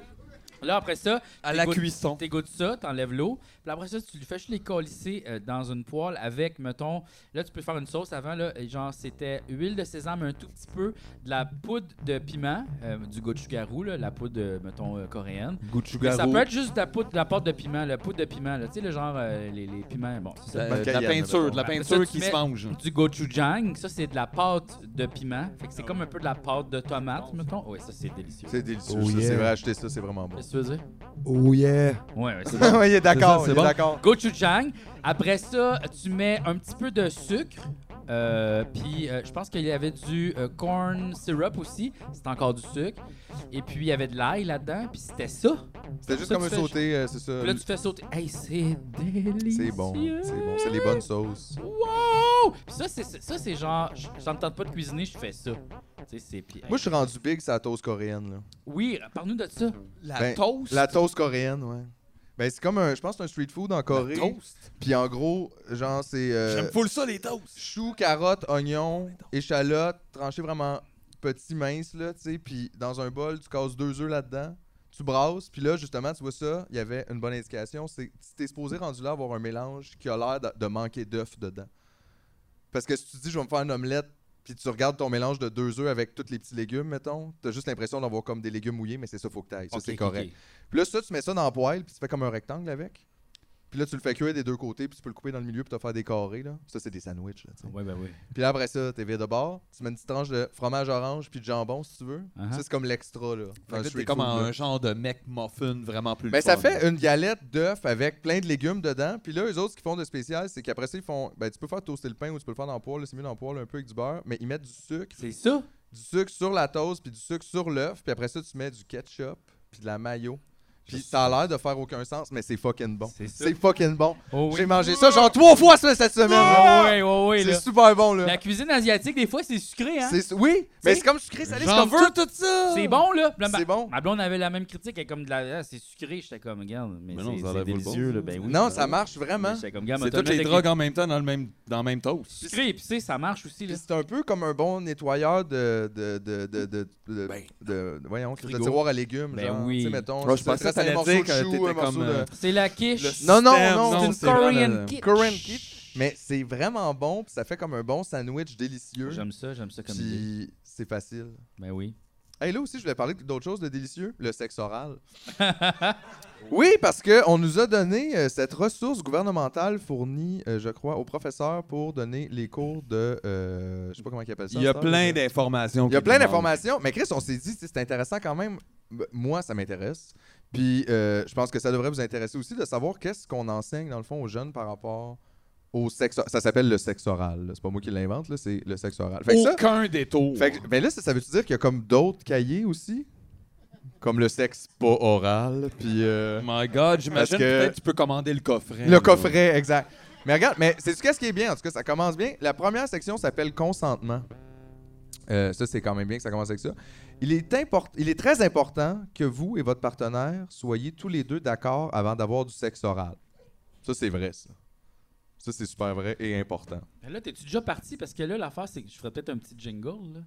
Là, après ça, À la T'égouttes- cuisson. t'égouttes ça, t'enlèves l'eau. Puis après ça, tu le fais juste les colisser euh, dans une poêle avec, mettons, là, tu peux faire une sauce avant, là, et genre, c'était huile de sésame, un tout petit peu, de la poudre de piment, euh, du gochugaru, là, la poudre, euh, mettons, euh, coréenne. Mais ça peut être juste de la poudre, de la poudre de piment, la poudre de piment, là, tu sais, le genre, euh, les, les piments, bon, c'est ça. Euh, de la Cayenne, peinture, mettons. de la Après peinture ça, tu qui mets- se mange. hein. Du gochujang, ça c'est de la pâte de piment. Fait que c'est comme un peu de la pâte de tomate, mettons. Oui, ça c'est délicieux. C'est délicieux. Oh, ça, yeah. C'est vrai, acheter ça, c'est (laughs) vraiment bon. Qu'est-ce que tu veux dire? Oh yeah! Ouais, ouais, (laughs) c'est bon. Ouais, il est d'accord, C'est ça, c'est il est bon. d'accord. Gochujang. Après ça, tu mets un petit peu de sucre. Euh, puis euh, je pense qu'il y avait du euh, corn syrup aussi, c'est encore du sucre. Et puis il y avait de l'ail là-dedans, puis c'était ça. C'était juste Ça, comme un tu fais- sauté, euh, c'est Puis là ça. tu fais sauter. Hey, c'est délicieux. C'est bon, c'est bon. C'est les bonnes sauces. Wow! Puis ça c'est ça c'est genre, je- ça me tente pas de cuisiner, je fais ça. Tu sais c'est puis- Moi, je suis rendu big sur la toast coréenne, là. Oui, parle-nous de ça. La Ben, toast. La toast coréenne, ouais. Ben, c'est comme un, je pense, que c'est un street food en Corée. toast. Puis en gros, genre, c'est euh, J'aime full ça, les toasts. chou, carotte, oignon, échalote, tranché vraiment petit, mince, là, tu sais. Puis dans un bol, tu casses deux œufs là-dedans, tu brasses. Puis là, justement, tu vois ça, il y avait une bonne indication. C'est que tu t'es supposé rendu là avoir un mélange qui a l'air de, de manquer d'œufs dedans. Parce que si tu dis, je vais me faire une omelette, puis tu regardes ton mélange de deux œufs avec tous les petits légumes, mettons, t'as juste l'impression d'avoir comme des légumes mouillés, mais c'est ça, faut que t'ailles. Ça, Ok, c'est ok, correct. ok. Puis là, ça, tu mets ça dans la poêle, puis tu fais comme un rectangle avec. Puis là, tu le fais cuire des deux côtés, puis tu peux le couper dans le milieu, puis te faire des carrés. Là. Ça, c'est des sandwichs. Là, tu sais. Ouais, ben oui. Puis là, après ça, t'es viré de bord, tu mets une petite tranche de fromage orange, puis de jambon, si tu veux. Uh-huh. Ça, c'est comme l'extra. Là, dans le Fait que là, t'es street comme food, là. un genre de mec muffin vraiment plus. Ben, le ça fun. fait une galette d'œufs avec plein de légumes dedans. Puis là, eux autres, ce qu'ils font de spécial, c'est qu'après ça, ils font. Ben, tu peux faire toaster le pain ou tu peux le faire dans le poêle, là, c'est mieux dans le poêle un peu avec du beurre, mais ils mettent du sucre, C'est ça? du sucre sur la toast, puis du sucre sur l'œuf, puis après ça, tu mets du ketchup, puis de la mayo. Puis ça a l'air de faire aucun sens, mais c'est fucking bon. C'est ça. C'est fucking bon. Oh J'ai mangé ça genre trois fois ça, cette semaine. Ah ouais, ouais, ouais, là. c'est super bon là. La cuisine asiatique, des fois, c'est sucré, hein? C'est- Oui, mais T'sais, c'est comme sucré salé, c'est J'en comme veux tout, ça. C'est bon, là. Puis là, ma- C'est bon. Ma blonde avait la même critique. Elle est comme de la. ah, c'est sucré. J'étais comme, regarde. Mais, Mais non, ça c'est c'est enlève pas le délicieux, bon. là. Ben oui. Non, ça marche vraiment. Mais J'étais comme, regarde, C'est mais toutes t'as les mis drogues en même temps dans le même, dans le même toast. Sucré et épicé, ça marche aussi, là. Puis c'est un peu comme un bon nettoyeur de de de de de, de, Ben. de- voyons, de Frigo. tiroir à légumes Ben genre, oui. tu sais, mettons, Ouais, je c'est ça, pensais que trace t'allais un morceau dire de que chou, t'étais un morceau comme, de- euh, C'est la quiche. Non, non, Stem, non, C'est non, une c'est Korean vraiment- quiche. Korean quiche, mais c'est vraiment bon, puis ça fait comme un bon sandwich délicieux. J'aime ça, j'aime ça comme idée. Puis c'est facile. Ben oui. Hey, là aussi, je voulais parler d'autre chose de délicieux, le sexe (laughs) oral. oui, parce qu'on nous a donné euh, cette ressource gouvernementale fournie, euh, je crois, aux professeurs pour donner les cours de. euh, je sais pas comment ils appellent ça. Il y a à cette heure, plein déjà. d'informations. Il y a qui plein demandent. d'informations. Mais Chris, on s'est dit, tu sais, c'est intéressant quand même. Ben, Moi, ça m'intéresse. Puis euh, je pense que ça devrait vous intéresser aussi de savoir qu'est-ce qu'on enseigne, dans le fond, aux jeunes par rapport au sexe. Ça s'appelle le sexe oral. là. C'est pas moi qui l'invente, là, c'est le sexe oral. Fait que ça, Aucun détour. fait que, ben là, ça, ça veut-tu dire qu'il y a comme d'autres cahiers aussi? Comme le sexe pas oral, puis... euh, Oh my god, Parce j'imagine que- peut-être tu peux commander le coffret. le là. coffret, exact. Mais regarde, mais c'est qu'est-ce qui est bien? En tout cas, ça commence bien. La première section s'appelle consentement. Euh, ça, c'est quand même bien que ça commence avec ça. Il est, import- il est très important que vous et votre partenaire soyez tous les deux d'accord avant d'avoir du sexe oral. Ça, c'est vrai, ça. Ça, c'est super vrai et important. Ben là, t'es-tu déjà parti? Parce que là, l'affaire, c'est que je ferais peut-être un petit jingle, là.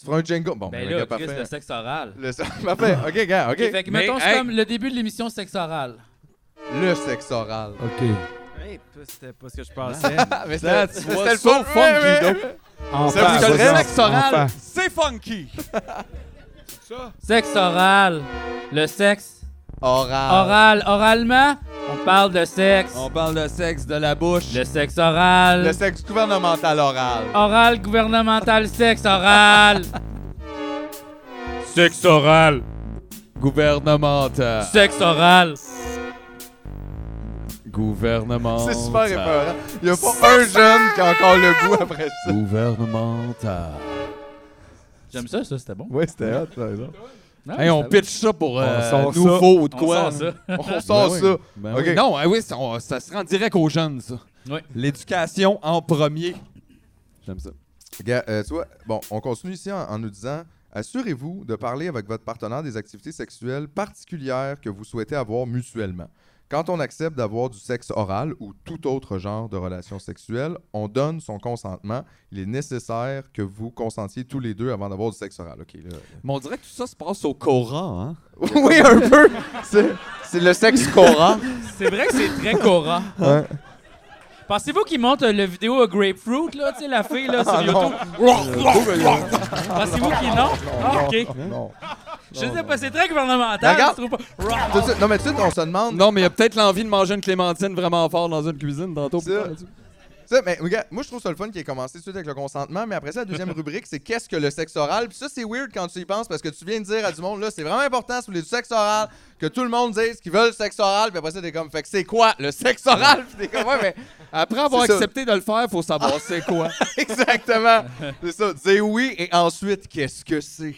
Tu feras un jingle. Bon, Ben ben, là, regarde, Chris, parfait. le sexe oral. Le... (laughs) parfait. OK, gars, OK. Ok, fait que, Mais, mettons, c'est hey. comme le début de l'émission sexe oral. Le sexe oral. Ah, Ok. Hey, p- c'était pas (laughs) ce que je pensais. mais That's c'était what's le so fun. Ouais, ouais. funky, though. Enfin, Ça vous vas-y, connaît, en- Max enfin. Oral, c'est funky. Sexe oral. Le sexe Oral. oral. Oralement, on parle de sexe. On parle de sexe, de la bouche. Le sexe oral. Le sexe gouvernemental oral. Oral, gouvernemental, sexe oral. Sexe oral. Gouvernemental. sexe oral. Gouvernemental. C'est super épeurant. Il n'y a pas un jeune qui a encore le goût après ça. Gouvernemental. J'aime ça, ça, c'était bon. Ouais, c'était hot, par exemple. Hey, on pitch ça pour euh, sort ça. nouveau ou de On quoi. sort ça. On sort Ben ça. oui. Ben Ok. oui. Non, ah oui, ça, on- ça se rend direct aux jeunes, ça. Ouais. L'éducation en premier. J'aime ça. Gars, euh, tu vois, bon, on continue ici en, en nous disant assurez-vous de parler avec votre partenaire des activités sexuelles particulières que vous souhaitez avoir mutuellement. Quand on accepte d'avoir du sexe oral ou tout autre genre de relation sexuelle, on donne son consentement. Il est nécessaire que vous consentiez tous les deux avant d'avoir du sexe oral. OK, là. Mais on dirait que tout ça se passe au Coran, hein? (laughs) oui, un peu. C'est, c'est le (laughs) sexe courant. C'est vrai que c'est très Cora. Ouais. Pensez-vous qu'ils montent euh, le vidéo à Grapefruit, là, tu sais, la fille, là, sur Ah, YouTube? Pensez-vous qu'ils non? Ah, OK. Non. Je sais pas, c'est très gouvernemental. Regarde. je trouve pas. Tout de suite- non, mais tout de suite, on se demande. Non, mais il y a peut-être l'envie de manger une clémentine vraiment fort dans une cuisine tantôt. Ça. Ça, mais regarde, moi, je trouve ça le fun qui est commencé tout de suite avec le consentement, mais après ça, la (laughs) deuxième rubrique, c'est qu'est-ce que le sexe oral? Puis ça, c'est weird quand tu y penses parce que tu viens de dire à du monde, là, c'est vraiment important, si vous voulez du sexe oral, que tout le monde dise qu'ils veulent le sexe oral, puis après ça, t'es comme, fait que c'est quoi le sexe oral? Puis t'es comme, ouais, mais Après avoir C'est ça. accepté de le faire, faut savoir (laughs) c'est quoi. (laughs) exactement, c'est ça, dis oui, et ensuite, qu'est-ce que c'est?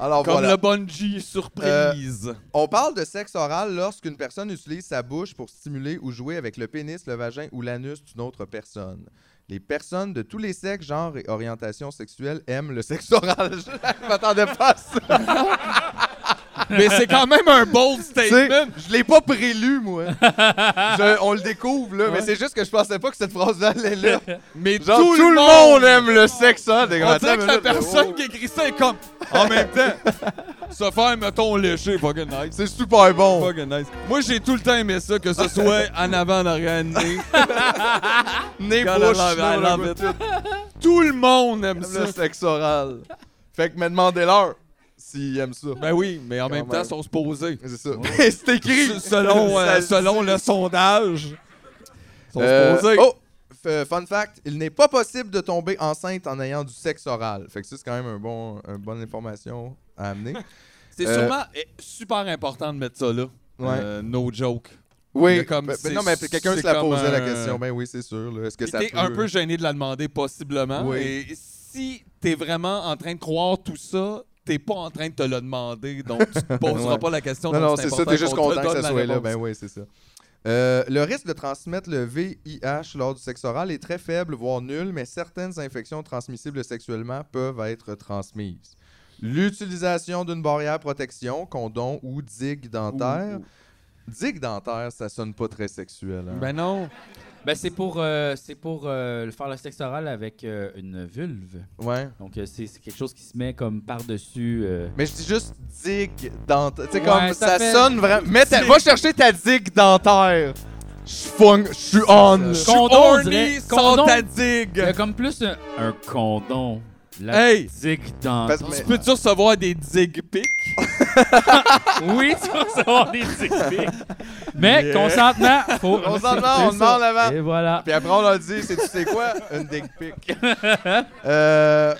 Alors Comme voilà. Euh, le bungee surprise. On parle de sexe oral lorsqu'une personne utilise sa bouche pour stimuler ou jouer avec le pénis, le vagin ou l'anus d'une autre personne. Les personnes de tous les sexes, genres et orientations sexuelles aiment le sexe oral. (laughs) Je m'attendais pas à ça. Mais c'est quand même un bold statement. C'est- Je l'ai pas prélu, (laughs) moi. Je- on le découvre, là, mais c'est juste que je pensais pas que cette phrase-là allait (laughs) là. Mais Genre, tout, le monde aime le sexe oral. Des grands- On dirait que Attends, la mais là, personne oh, qui écrit ça est comme en même temps. (laughs) Se faire, mettons, lécher, fucking nice. C'est super bon. Fucking nice. Moi, j'ai tout le temps aimé ça, que (laughs) ce soit en avant, en arrière, nez. Nez, God, I bouche, love it, I non, là, love it. tout. Tout le monde aime aime le ça. sexe oral. Fait que me demandez-leur s'ils aiment ça. Ben oui, mais en Quand même même. temps, sont (laughs) se poser. C'est ça. C'est écrit. Selon, (laughs) euh, Ça- selon le sondage. Sont se Euh, poser. oh, f- fun fact, il n'est pas possible de tomber enceinte en ayant du sexe oral. Fait que ça, c'est quand même un bon, une bonne information à amener. C'est Euh, sûrement eh, super important de mettre ça là. Ouais. Euh, no joke. Il y a Oui, comme- ben- ben c'est- non, mais quelqu'un c'est se la comme posait la un- question. Ben oui, c'est sûr. là. Est-ce que ça T'es peut... un peu gêné de la demander, possiblement. Oui. Et si t'es vraiment en train de croire tout ça, t'es pas en train de te le demander, donc (laughs) tu te poseras Ouais. pas la question. Non, donc non, c'est ça. important T'es juste qu'on te content que donne ça la soit là. réponse. Ben oui, c'est ça. Euh, le risque de transmettre le VIH lors du sexe oral est très faible, voire nul, mais certaines infections transmissibles sexuellement peuvent être transmises. L'utilisation d'une barrière protection, condom ou digue dentaire. Digue dentaire, ça sonne pas très sexuel. hein. Ben non. Ben, c'est pour, euh, c'est pour euh, faire le sexe oral avec euh, une vulve. Ouais. Donc, euh, c'est c'est quelque chose qui se met comme par-dessus. euh. Mais je dis juste digue dentaire. Tu sais, Ouais, comme ça ça, fait- sonne vraiment. Mais ta- va chercher ta digue dentaire. Je fung- je suis on. ça. Je suis Condom, on dirait. horny Condom. sans ta Il y a digue. comme plus un, un condom. La Hey! digue dans. Parce- mais- Peux-tu recevoir des digue pics? Oui, tu vas recevoir des dick (laughs) pics. Mais consentement, faut. Consentement, on C'est demande ça. avant. Et voilà. Puis après, on leur dit, c'est tu sais quoi? Une dick (laughs) pic. euh,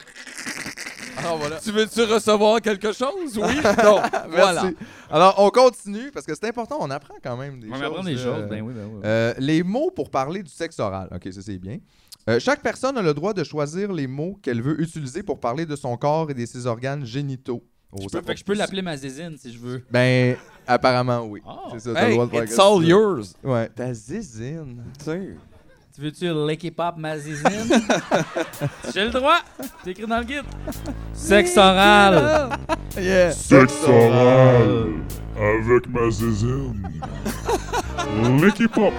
Alors voilà. Tu veux-tu recevoir quelque chose? (laughs) Oui? Non. merci. voilà. Alors, on continue parce que c'est important, on apprend quand même des On choses. apprend des là. choses. Ben oui, ben oui. Euh, les mots pour parler du sexe oral. OK, ça c'est bien. Euh, chaque personne a le droit de choisir les mots qu'elle veut utiliser pour parler de son corps et de ses organes génitaux. Oh, Je ça peux, fait que je peux l'appeler ma zézine si je veux. Ben, apparemment, oui. Ah. C'est ça, t'as le Hey, droit de faire it's ça. all yours. Ouais. Ta zizine. Tu veux-tu licky pop ma zézine? (laughs) J'ai le droit. C'est écrit dans le guide. Sexe oral. Yeah. Sexe oral avec ma zizine. Licky Pop.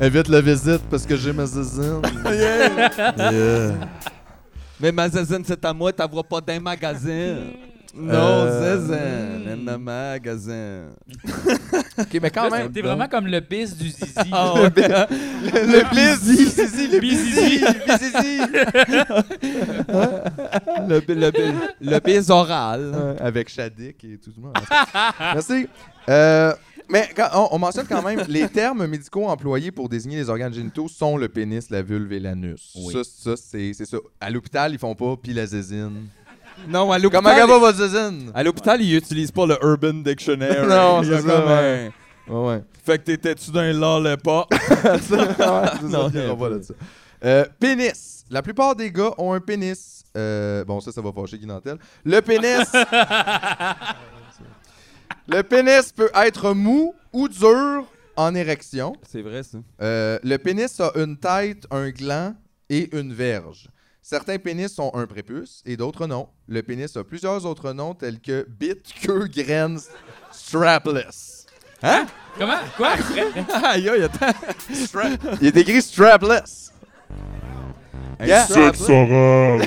Invite la visite parce que j'ai ma zizine. yeah. Mais ma zazine, c'est à moi, t'as vois pas d'un magazine. Non, Euh, zazine, un magazine. OK, mais quand Là, même. T'es vraiment comme le bis du (laughs) zizi. Ah, Le bizi, zizi, le Bizizi. bizi, bizizi. Le, bi- le, bi- le bis oral. Euh, Avec Shadik et tout le monde. Merci. Euh, mais quand- on, on mentionne quand même les termes médicaux employés pour désigner les organes génitaux sont le pénis, la vulve et l'anus. Oui. Ça, ça c'est c'est ça. À l'hôpital, ils font pas puis la zézine. Non, à Comment elle l'hôpital. Ah, va votre zézine? À l'hôpital, ils utilisent pas le Urban Dictionary. Non, c'est Il y a ça, comme ouais. un- Ouais, ouais. Fait que t'étais-tu d'un lollipop? (laughs) non, on va là-dessus. Euh, pénis. La plupart des gars ont un pénis. Euh, bon, ça, ça va fâcher Guy Nantel. Le (laughs) pénis. le pénis peut être mou ou dur en érection. C'est vrai, ça. Euh, le pénis a une tête, un gland et une verge. Certains pénis ont un prépuce et d'autres non. Le pénis a plusieurs autres noms tels que bit, queue, graine, strapless. Hein? Comment? (laughs) Quoi? (laughs) Aïe, aïe, attends. Il est écrit strapless. Yeah. Sexe oral.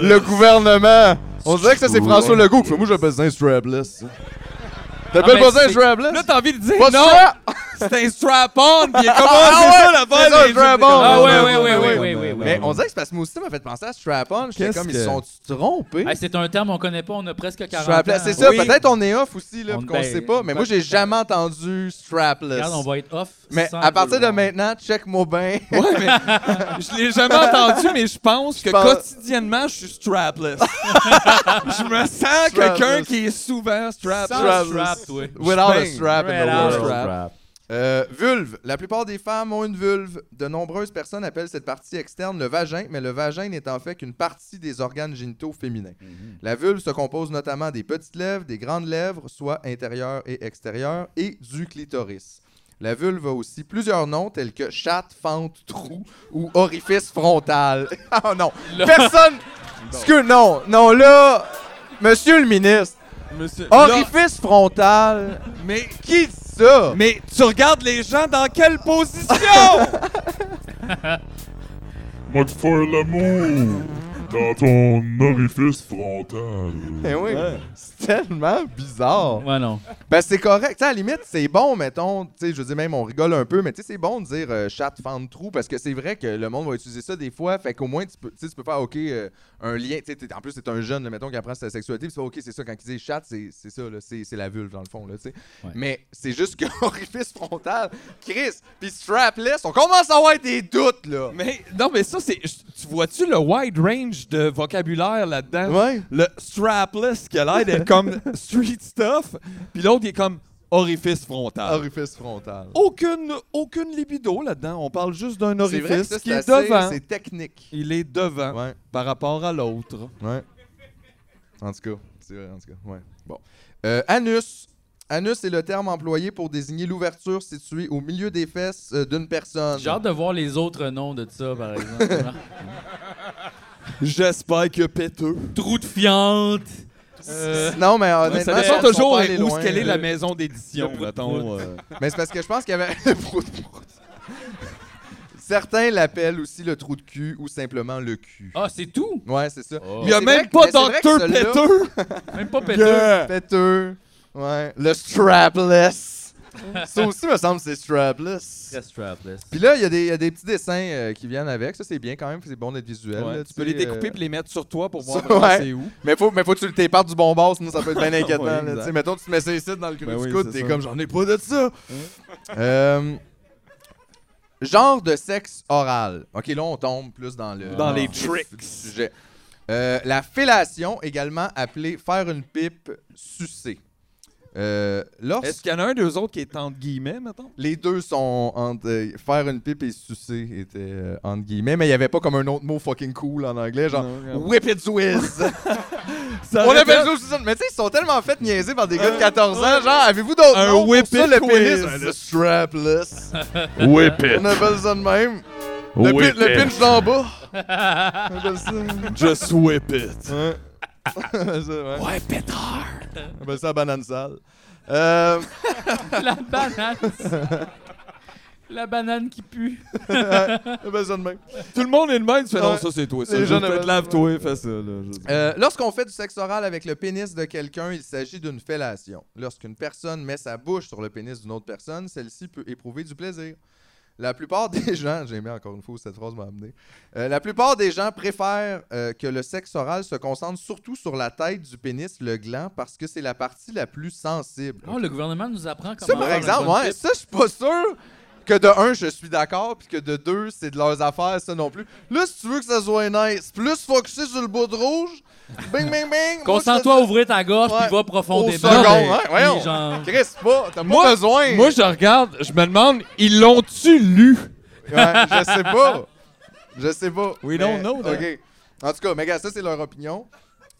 Le gouvernement. On dirait que ça, c'est François Legault. qui fait, Moi, j'appelle ça un strapless. Ah, T'appelles ben, pas ça un c'est- strapless? Là, t'as envie de dire What's non. strap? Ah, C'est un strap-on. Puis il est comme, Ah, ah, ouais, c'est ça c'est ça, l'affaire. le strap-on. Ah, ouais, ouais, ouais, ouais, ouais, ouais, ouais, ouais, ouais, euh, ouais, ouais. Mais on dirait que c'est parce que moi aussi, ça m'a fait penser à strap-on. J'étais Qu'est-ce comme, que- ils sont trompés? Ah, c'est un terme qu'on connaît pas, on a presque 40 Strapless, ans. c'est ça. Oui. Peut-être on est off aussi, là, On- puis qu'on ben, sait pas. Mais ben- moi, j'ai jamais entendu strapless. Regarde, on va être off. Mais sans à partir de vouloir. maintenant, check mon (laughs) bain. Ouais, mais Ah, je l'ai jamais entendu, mais je pense que Je pense- quotidiennement, je (laughs) suis strapless. je me sens quelqu'un Strapless. qui est souvent strapless. Sans Strapless. strap, toi. Without a bang. strap in the Without a world. strap. Euh, vulve. La plupart des femmes ont une vulve. De nombreuses personnes appellent cette partie externe le vagin, mais le vagin n'est en fait qu'une partie des organes génitaux féminins. Mm-hmm. La vulve se compose notamment des petites lèvres, des grandes lèvres, soit intérieures et extérieures, et du clitoris. La vulve a aussi plusieurs noms tels que chatte, fente, trou ou orifice frontal. (laughs) Ah non, personne. Parce que non, non là, Monsieur le ministre, Monsieur- Là, orifice frontal. mais, Qui dit ça? mais tu regardes les gens dans quelle position? (laughs) Moi te faire l'amour dans ton orifice frontal. Eh oui. C'est tellement bizarre. Ouais, non. Ben, c'est correct. Tu sais, à la limite, c'est bon, mettons. Tu sais, je dis même, on rigole un peu, mais tu sais, c'est bon de dire euh, chat, fan, trou, parce que c'est vrai que le monde va utiliser ça des fois. Fait qu'au moins, tu peux, tu sais, tu peux faire, OK, euh, un lien. Tu sais, t'es- en plus, c'est un jeune, là, mettons, qui apprend sa sexualité. Puis c'est OK, c'est ça. Quand il dit chat, c'est c'est ça, là. C'est c'est la vulve, dans le fond, là, tu sais. Ouais. Mais c'est juste que (laughs) orifice frontal, Chris, puis strapless, on commence à avoir des doutes, là. mais, non, mais ça, c'est. Tu vois-tu le wide range de vocabulaire là-dedans? Ouais. Le strapless qui a l'air d'être comme street stuff, puis l'autre, il est comme orifice frontal. Orifice frontal. Oh, aucune, aucune libido là-dedans. On parle juste d'un C'est vrai que orifice ça, qui c'est est assez- devant. C'est technique. Il est devant Ouais. par rapport à l'autre. Ouais. En tout cas, c'est vrai, en tout cas. Ouais. Bon. Euh, anus. Anus est le terme employé pour désigner l'ouverture située au milieu des fesses euh, d'une personne. J'ai hâte de voir les autres noms de ça, par (laughs) exemple. J'espère que péteux. Trou de fiente. Euh, Non, mais honnêtement, ça ils dépend sont toujours pas où allés loin, est-ce qu'elle est là. la maison d'édition, Le prout-prout. mettons. euh. Mais c'est parce que je pense qu'il y avait le trou de prout. Certains l'appellent aussi le trou de cul ou simplement le cul. Ah, c'est tout? Ouais, c'est ça. Oh. Il y a Mais même c'est pas vrai que- mais c'est d'acteur vrai que celle-là- péteux. Même pas péteux. Yeah. Péteux. Ouais. Le strapless. ça aussi, me semble, c'est strapless. Très strapless. Puis là, il y, a des- il y a des petits dessins euh, qui viennent avec. Ça, c'est bien quand même. C'est bon d'être visuel. Ouais, là, tu peux les sais, découper euh, puis les mettre sur toi pour voir ça, vraiment ouais. c'est où. Mais faut, mais faut que tu le tépartes du bon bord, sinon ça peut être bien inquiétant. (laughs) Ouais, là. exact. Tu sais, mettons, tu te mets ça ici dans le cul Ben du oui, coude, c'est t'es ça. Hein? comme j'en ai pas de ça. Euh, genre de sexe oral. Ok, là, on tombe plus dans le. Dans les tricks. Sujet. Euh, la fellation, également appelée faire une pipe sucer. Euh, lorsque Est-ce qu'il y en a un d'eux autres qui est entre guillemets, mettons? les deux sont entre euh, faire une pipe et sucer était euh, entre guillemets, mais il n'y avait pas comme un autre mot fucking cool en anglais, genre Non, regarde. whip it whiz. Ça On aurait appelle fait ça aussi ça. Mais tu sais, ils sont tellement fait niaiser par des gars de 14 ans. Genre, avez-vous d'autres Un noms whip pour ça, it le quiz. pénis? Un, Le strapless. (laughs) Whip it. On appelle ça de même. Le, pin- Whip le it. pinch d'en bas. On appelle ça. Just whip it. Ouais. (laughs) On appelle ça, ouais. Ouais, pétard. On appelle ça la banane sale. Euh, La (laughs) banane. La banane qui pue. on appelle ça de même. Tout le monde est le même. Tu fais non, Ouais. ça c'est toi. Ça, Les je jeunes vais te avaient- lave-toi, fais ça. là, je- Euh, Lorsqu'on fait du sexe oral avec le pénis de quelqu'un, il s'agit d'une fellation. Lorsqu'une personne met sa bouche sur le pénis d'une autre personne, celle-ci peut éprouver du plaisir. La plupart (laughs) des gens, j'ai aimé encore une fois où cette phrase m'a amené, Euh, la plupart des gens préfèrent euh, que le sexe oral se concentre surtout sur la tête du pénis, le gland, parce que c'est la partie la plus sensible. Oh, le gouvernement nous apprend comment. ça, par avoir une exemple, bonne ouais, pipe. ça, je suis pas sûr que de un, je suis d'accord, puis que de deux, c'est de leurs affaires, ça non plus. Là, si tu veux que ça soit nice, plus focusé sur le bout de rouge, bing, bing, bing. moi, je Concentre-toi à ouvrir ta gorge Ouais. puis va au profondément. second, mais- hein, voyons. puis genre- Chris, pas, t'as Moi- pas besoin. Moi, je regarde, je me demande, ils (laughs) l'ont-tu lu? Ouais, je sais pas. Je sais pas. We Mais- don't know that. OK. En tout cas, mais gars, ça, c'est leur opinion.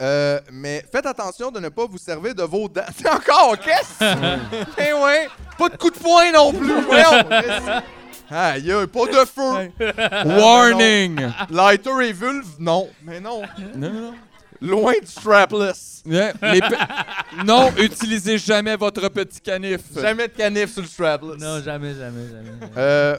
Euh, mais faites attention de ne pas vous servir de vos dents. (laughs) C'est encore, qu'est-ce? (laughs) Eh ouais, pas de coup de poing non plus. Voyons. qu'est-ce? Aïe, aïe, pas de feu. Warning! Lighter et vulve, non. Mais non. Non, non, non. Loin du strapless. Ouais, les pe- non, utilisez jamais votre petit canif. Jamais de canif sur le strapless. Non, jamais, jamais, jamais. Euh,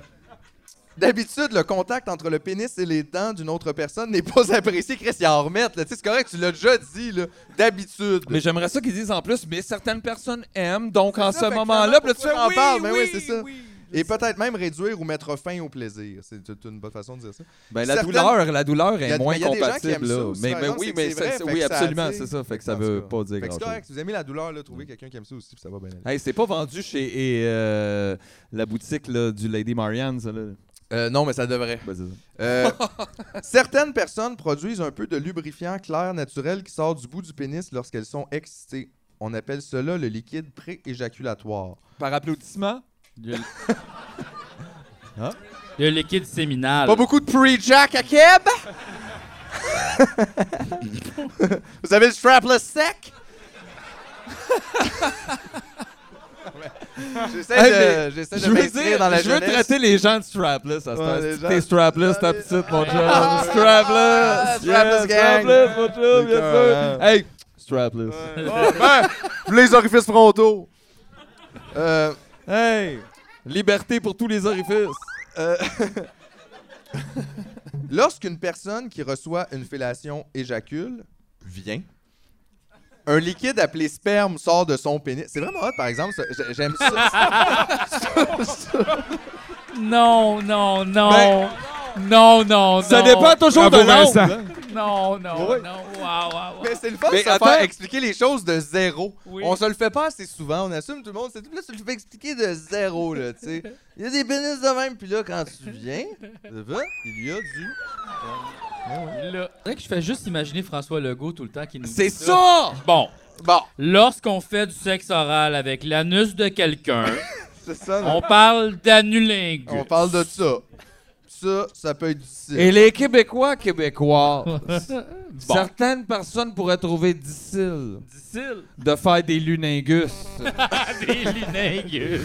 D'habitude, le contact entre le pénis et les dents d'une autre personne n'est pas (laughs) apprécié. Christian Hormet, là, tu sais, c'est correct, tu l'as déjà dit, là. D'habitude. Mais j'aimerais ça qu'ils disent en plus, mais certaines personnes aiment, donc en ça, ce fait que finalement, moment-là, puis pourquoi là, on tu fais en parle? oui, Mais oui, oui, c'est ça. oui. Et peut-être même réduire ou mettre fin au plaisir. C'est c'est une bonne façon de dire ça. Ben, la Certaines- douleur, la douleur Il y a- est mais moins il y a des gens qui aiment compatible. ça là. aussi, Mais, par mais exemple, oui, c'est que mais c'est c'est- vrai, c'est- fait oui, que ça absolument, attire. c'est ça. Fait que ça En tout veut cas. pas dire Fait que c'est Mm. grand-chose. correct, si vous aimez la douleur, là, trouvez quelqu'un qui aime ça aussi, puis ça va bien aller. Hey, c'est pas vendu chez et, euh, la boutique là, du Lady Marianne, ça, là. Euh, non, mais ça devrait. Ben, c'est ça. (laughs) Euh, certaines personnes produisent un peu de lubrifiant clair naturel qui sort du bout du pénis lorsqu'elles sont excitées. On appelle cela le liquide pré-éjaculatoire. Par applaudissement? Le liquide séminal. Pas beaucoup de pre-jack à Keb? (laughs) Vous avez le strapless (laughs) sec? J'essaie Hey, de, mais j'essaie de Je veux m'inscrire dire, dans la je veux jeunesse. traiter les gens de strapless à ce Ouais, temps. les Si gens- T'es strapless, ta les- petite, mon chum. Ah, (laughs) Strapless! strapless Yeah, gang. hein. Strapless, mon chum, bien Écœurant. sûr! Hey! Strapless. Oh, ben, les orifices frontaux. Euh, Hey! Liberté pour tous les orifices! Euh, Lorsqu'une personne qui reçoit une fellation éjacule vient, un liquide appelé sperme sort de son pénis. C'est vraiment hot, par exemple. ça. J'ai- J'aime (laughs) ça. Non, non, non. Ben- non, non, non. Ça dépend toujours de Bravo, l'angle! Vincent. hein. Non, non, Oui. non. Waouh, waouh, Mais c'est le fun de Mais se faire attends. expliquer les choses de zéro. Oui. On se le fait pas assez souvent. On assume tout le monde. C'est tout. Là, tu le fais expliquer de zéro, là, tu sais. Il y a des pénis de même, puis là, quand tu viens, de vrai, il y a du... waouh. Là, c'est vrai que je fais juste imaginer François Legault tout le temps qui nous dit C'est ça! Bon, Bon, lorsqu'on fait du sexe oral avec l'anus de (laughs) quelqu'un, c'est ça. non? on parle d'anulingue. On parle de ça. Ça, ça peut être difficile. Et les Québécois, (laughs) Québécois, Bon. certaines personnes pourraient trouver difficile Difficile. de faire des luningus. Des luningues.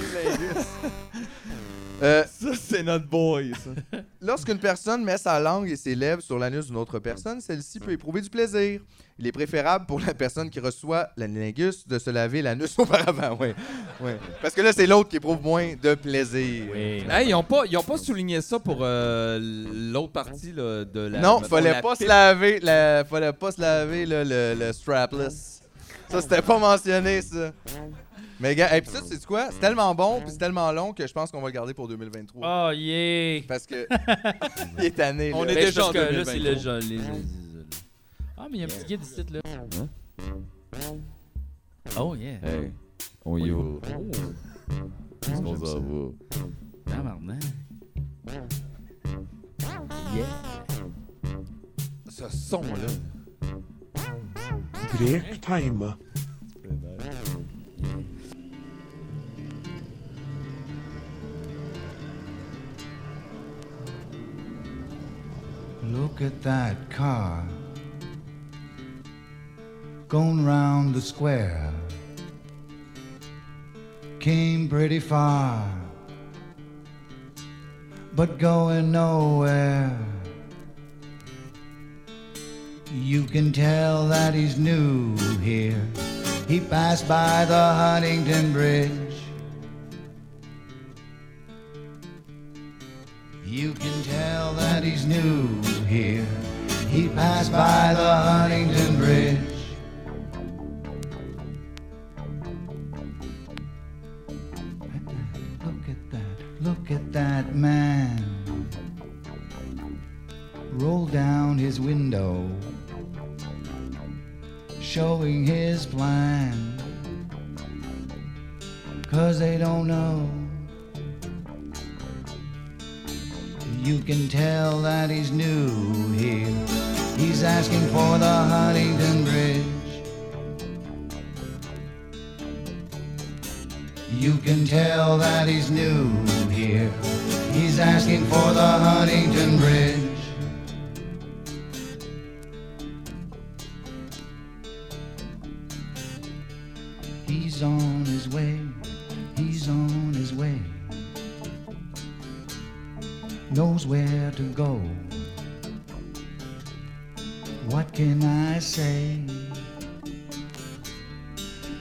Euh, (laughs) Ça, c'est notre boy, ça. Lorsqu'une personne met sa langue et ses lèvres sur l'anus d'une autre personne, celle-ci peut éprouver du plaisir. Il est préférable pour la personne qui reçoit l'anulingus de se laver l'anus (laughs) auparavant, ouais. Ouais. Parce que là, c'est l'autre qui éprouve moins de plaisir. Oui. Hey, ils ont pas, ils ont pas souligné ça pour euh, l'autre partie là, de la. Non, mettons, fallait la pas se pipe. laver, la- fallait pas se laver là, le, le strapless. Ça, c'était pas mentionné, ça. Mais gars, et puis ça, tu sais quoi? C'est tellement bon, puis c'est tellement long que je pense qu'on va le garder pour 2023. Oh, yeah. Parce que... (laughs) Il est tanné, là. Ah. On est Ben, déjà parce en que Là, c'est 2023. le genre- les- les- les- Ah, mais il y a un petit guide ici, là. Hein? Oh, yeah. Hey, on y va. Oh. Qu'est-ce qu'on s'en va? Tabarnak. Ce son là. Break time. Look at that car going round the square. Came pretty far, but going nowhere. You can tell that he's new here. He passed by the Huntington Bridge. You can tell that he's new here. He passed by the Huntington Bridge. Look at that, look at that man. Roll down his window, showing his plan. Cause they don't know. You can tell that he's new here. He's asking for the Huntington Bridge. You can tell that he's new here. He's asking for the Huntington Bridge. He's on his way. He's on his way knows where to go. What can I say?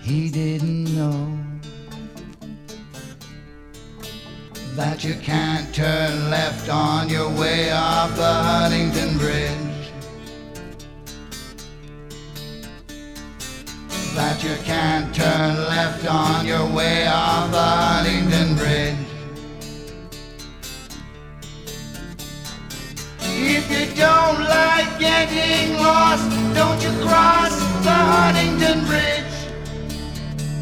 He didn't know that you can't turn left on your way off the Huntington Bridge. That you can't turn left on your way off the Huntington Bridge. If you don't like getting lost, don't you cross the Huntington Bridge.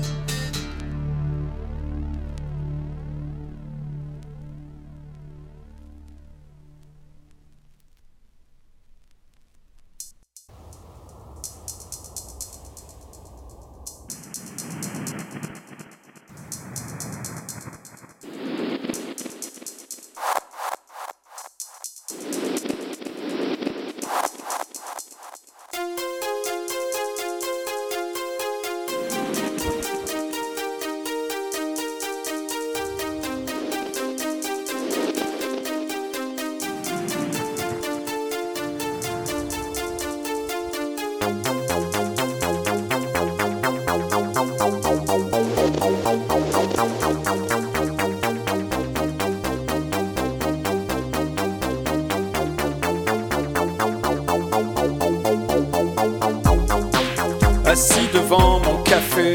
Assis devant mon café,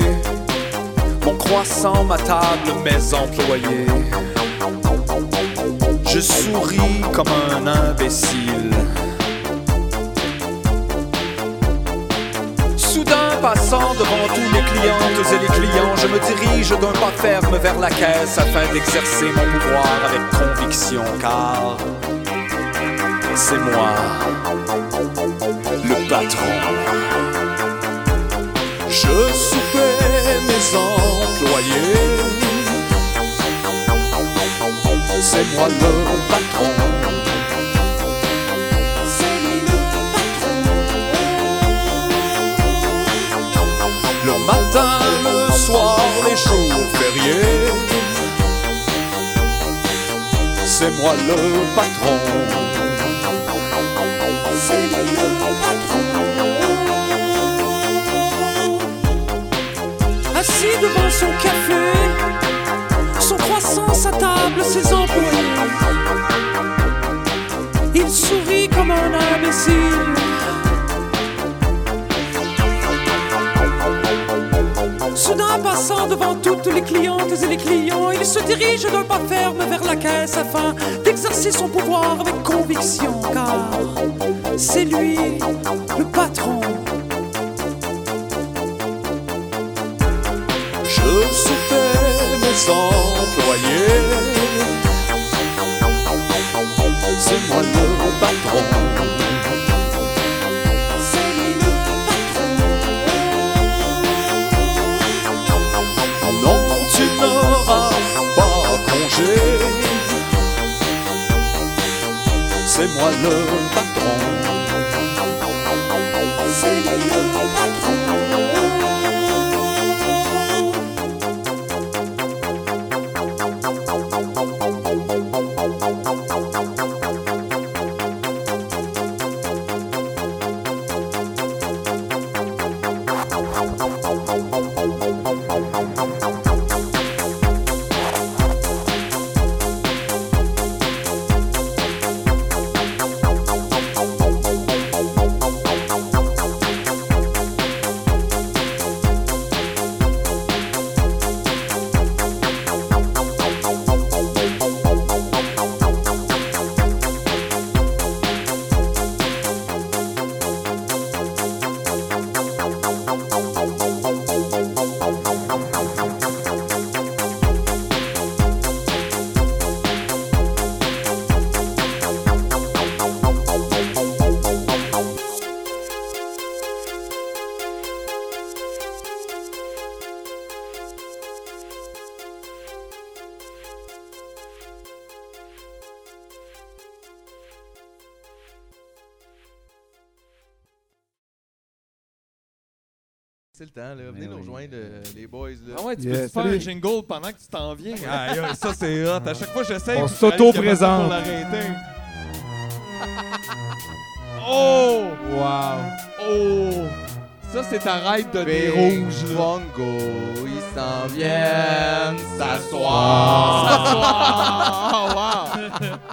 mon croissant, ma table, mes employés. Je souris comme un imbécile. Soudain, passant devant tous les clientes et les clients, je me dirige d'un pas ferme vers la caisse afin d'exercer mon pouvoir avec conviction, car c'est moi, le patron. Je soupais mes employés. C'est moi le patron. C'est lui le patron. Le matin, le soir, les jours fériés. C'est moi le patron. C'est lui le patron. assis devant son café, son croissant, sa table, ses employés. Il sourit comme un imbécile. Soudain, passant devant toutes les clientes et les clients, il se dirige d'un pas ferme vers la caisse afin d'exercer son pouvoir avec conviction, car c'est lui le patron. Je soupais mes employés. C'est moi le patron. C'est lui le patron. Non, tu n'auras pas congé. C'est moi le patron. C'est lui le patron. C'est le temps, là. Venez Ben Mais nous oui. rejoindre, euh, les boys, là. Ah ouais, tu Yeah, peux te faire salut. un jingle pendant que tu t'en viens. (laughs) Aïe, aïe, ça c'est hot. À chaque fois, j'essaie. On (laughs) puis je réalise qu'il y a personne s'auto-présente. pour l'arrêter. Oh! Wow. Oh! Ça, c'est ta ride de nez Big rouge, là. Bongo, ils s'en viennent s'asseoir. Ah, wow!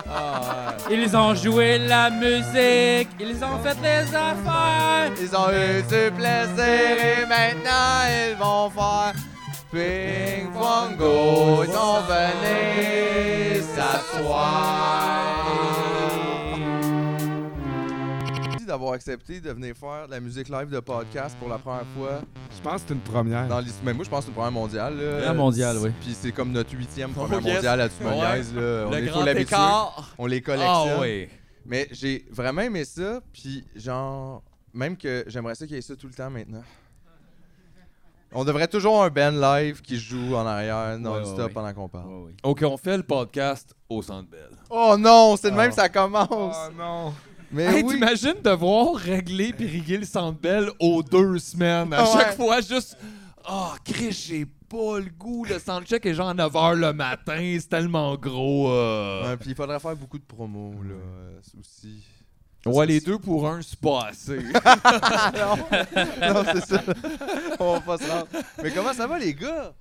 Ah, ouais. Ils ont joué la musique, ils ont fait les affaires. Ils ont eu du plaisir et maintenant ils vont faire Big Bongo, ils sont venus s'asseoir. Merci d'avoir accepté de venir faire de la musique live de podcast pour la première fois Je pense que c'est une première. dans l'histoire. Mais moi, je pense que c'est une première mondiale. là. Première mondiale, oui. Puis c'est comme notre huitième Oh, première yes. mondiale à Tumoniaise. là. On Le est faut grand l'habituer. écart. Ah, On les collectionne. Mais j'ai vraiment aimé ça, puis genre, même que j'aimerais ça qu'il y ait ça tout le temps maintenant. On devrait toujours un band live qui joue en arrière non-stop ouais, ouais. pendant qu'on parle. OK, on fait le podcast au Centre Bell. Oh non, c'est de même que ça commence! non. Ah. Mais Hey, Eh oui! t'imagines devoir régler puis riguer le Centre Bell aux deux semaines. À Ah ouais. chaque fois, juste... Ah, Chris, j'ai pas le goût. Le soundcheck est genre 9h le matin. C'est tellement gros. euh. Ouais, puis il faudrait faire beaucoup de promos, là, euh, aussi. Ouais, les deux pour un, c'est pas (laughs) assez. non, c'est (laughs) ça. On va pas se rendre. Mais comment ça va, les gars?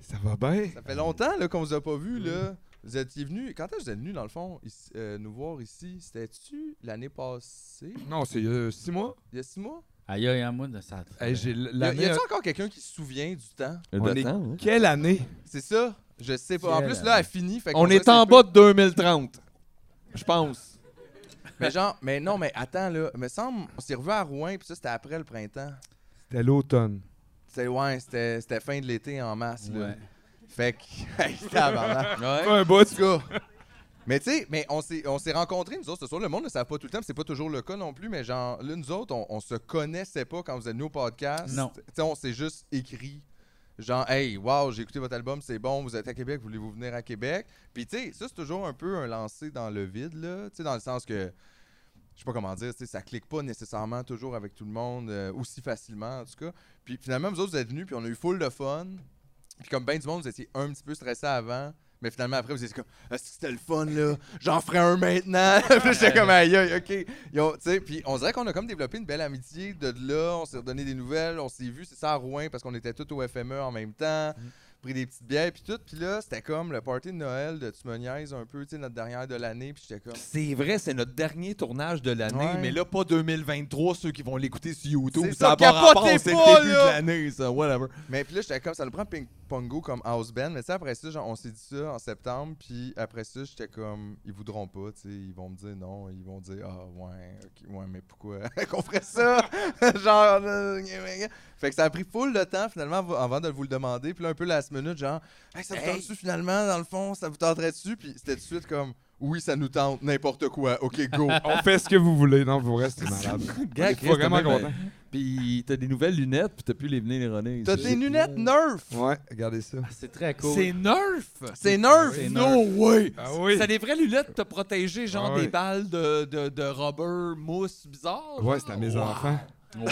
Ça va bien? Ça fait longtemps là, qu'on vous a pas vu, là. Vous étiez venus... Quand est-ce que vous êtes venus, dans le fond, ici- euh, nous voir ici? C'était-tu l'année passée? Non, c'est euh, six mois. Il y a six mois? Aïe, aïe, aïe, moi, de ça. Hey, j'ai Y a- l'année- euh, y a-tu encore quelqu'un qui se souvient du temps? On est- Quelle année? C'est ça? Je sais pas. En Quelle plus, là, elle finit. Fait on qu'on est dirait en que c'est bas de 2030. Je pense. peu- Mais genre, mais non, mais attends, là. Me semble, on s'est revu à Rouen, puis ça, c'était après le printemps. C'était l'automne. C'était, ouais, c'était, c'était fin de l'été en masse, là. Ouais. Fait que. (laughs) Hey, tabarnak. Un En tout cas. Mais tu sais, mais on s'est, on s'est rencontrés, nous autres, ce soir. Le monde ne savait pas tout le temps, puis c'est pas toujours le cas non plus, mais genre, là, nous autres, on, on se connaissait pas quand vous êtes venus au podcast. Non. Tu sais, on s'est juste écrit. Genre, hey, wow, j'ai écouté votre album, c'est bon, vous êtes à Québec, voulez-vous venir à Québec? Puis, tu sais, ça, c'est toujours un peu un lancer dans le vide, là. Tu sais, dans le sens que, je sais pas comment dire, tu sais, ça clique pas nécessairement toujours avec tout le monde euh, aussi facilement, en tout cas. Puis, finalement, vous autres, vous êtes venus, puis on a eu full de fun. Puis, comme ben du monde, vous étiez un petit peu stressé avant. Mais finalement, après, vous étiez comme, ah, si c'était le fun, là, j'en ferai un maintenant. (laughs) puis, là, j'étais comme, aïe, aïe, ok. Ils ont- tu sais, puis, on dirait qu'on a comme développé une belle amitié de là, on s'est redonné des nouvelles, on s'est vu, c'est ça, à Rouen, parce qu'on était tous au FME en même temps pris des petites bières puis tout. Puis là, c'était comme le party de Noël de Tu me niaises un peu, tu sais, notre dernière de l'année. Puis j'étais comme. C'est vrai, c'est notre dernier tournage de l'année, Ouais. mais là, pas 2023, ceux qui vont l'écouter sur YouTube. C'est Ça, ça, a pas rapport, capotez c'est pas, le début là. de l'année, ça, whatever. Mais puis là, j'étais comme, ça le prend Ping Pongo comme house band. Mais tu sais, après ça, genre, on s'est dit ça en septembre. Puis après ça, j'étais comme, ils voudront pas, tu sais. Ils vont me dire non. Ils vont dire, ah, ouais, ok, ouais, mais pourquoi (laughs) qu'on ferait ça? genre, euh, gna, gna, gna. fait que ça a pris full de temps, finalement, av- avant de vous le demander. Puis là, un peu last minute, genre, hey, ça vous tente-tu finalement, dans le fond? Ça vous tenterait-tu? Puis c'était tout de suite comme, oui, ça nous tente, n'importe quoi. Ok, (laughs) go. On fait ce que vous voulez. Non, vous restez malade. Gars, Chris, vraiment content. Puis t'as des nouvelles lunettes, puis t'as plus les venir les runner. T'as ça. des lunettes Nerf! Ouais, regardez ça. C'est très cool. C'est Nerf! C'est Nerf! C'est No way! Ah oui. C'est des vraies lunettes pour te protéger, genre Ah oui. des balles de, de, de rubber mousse bizarre. Ouais, là. c'est à mes Wow. enfants. Wow.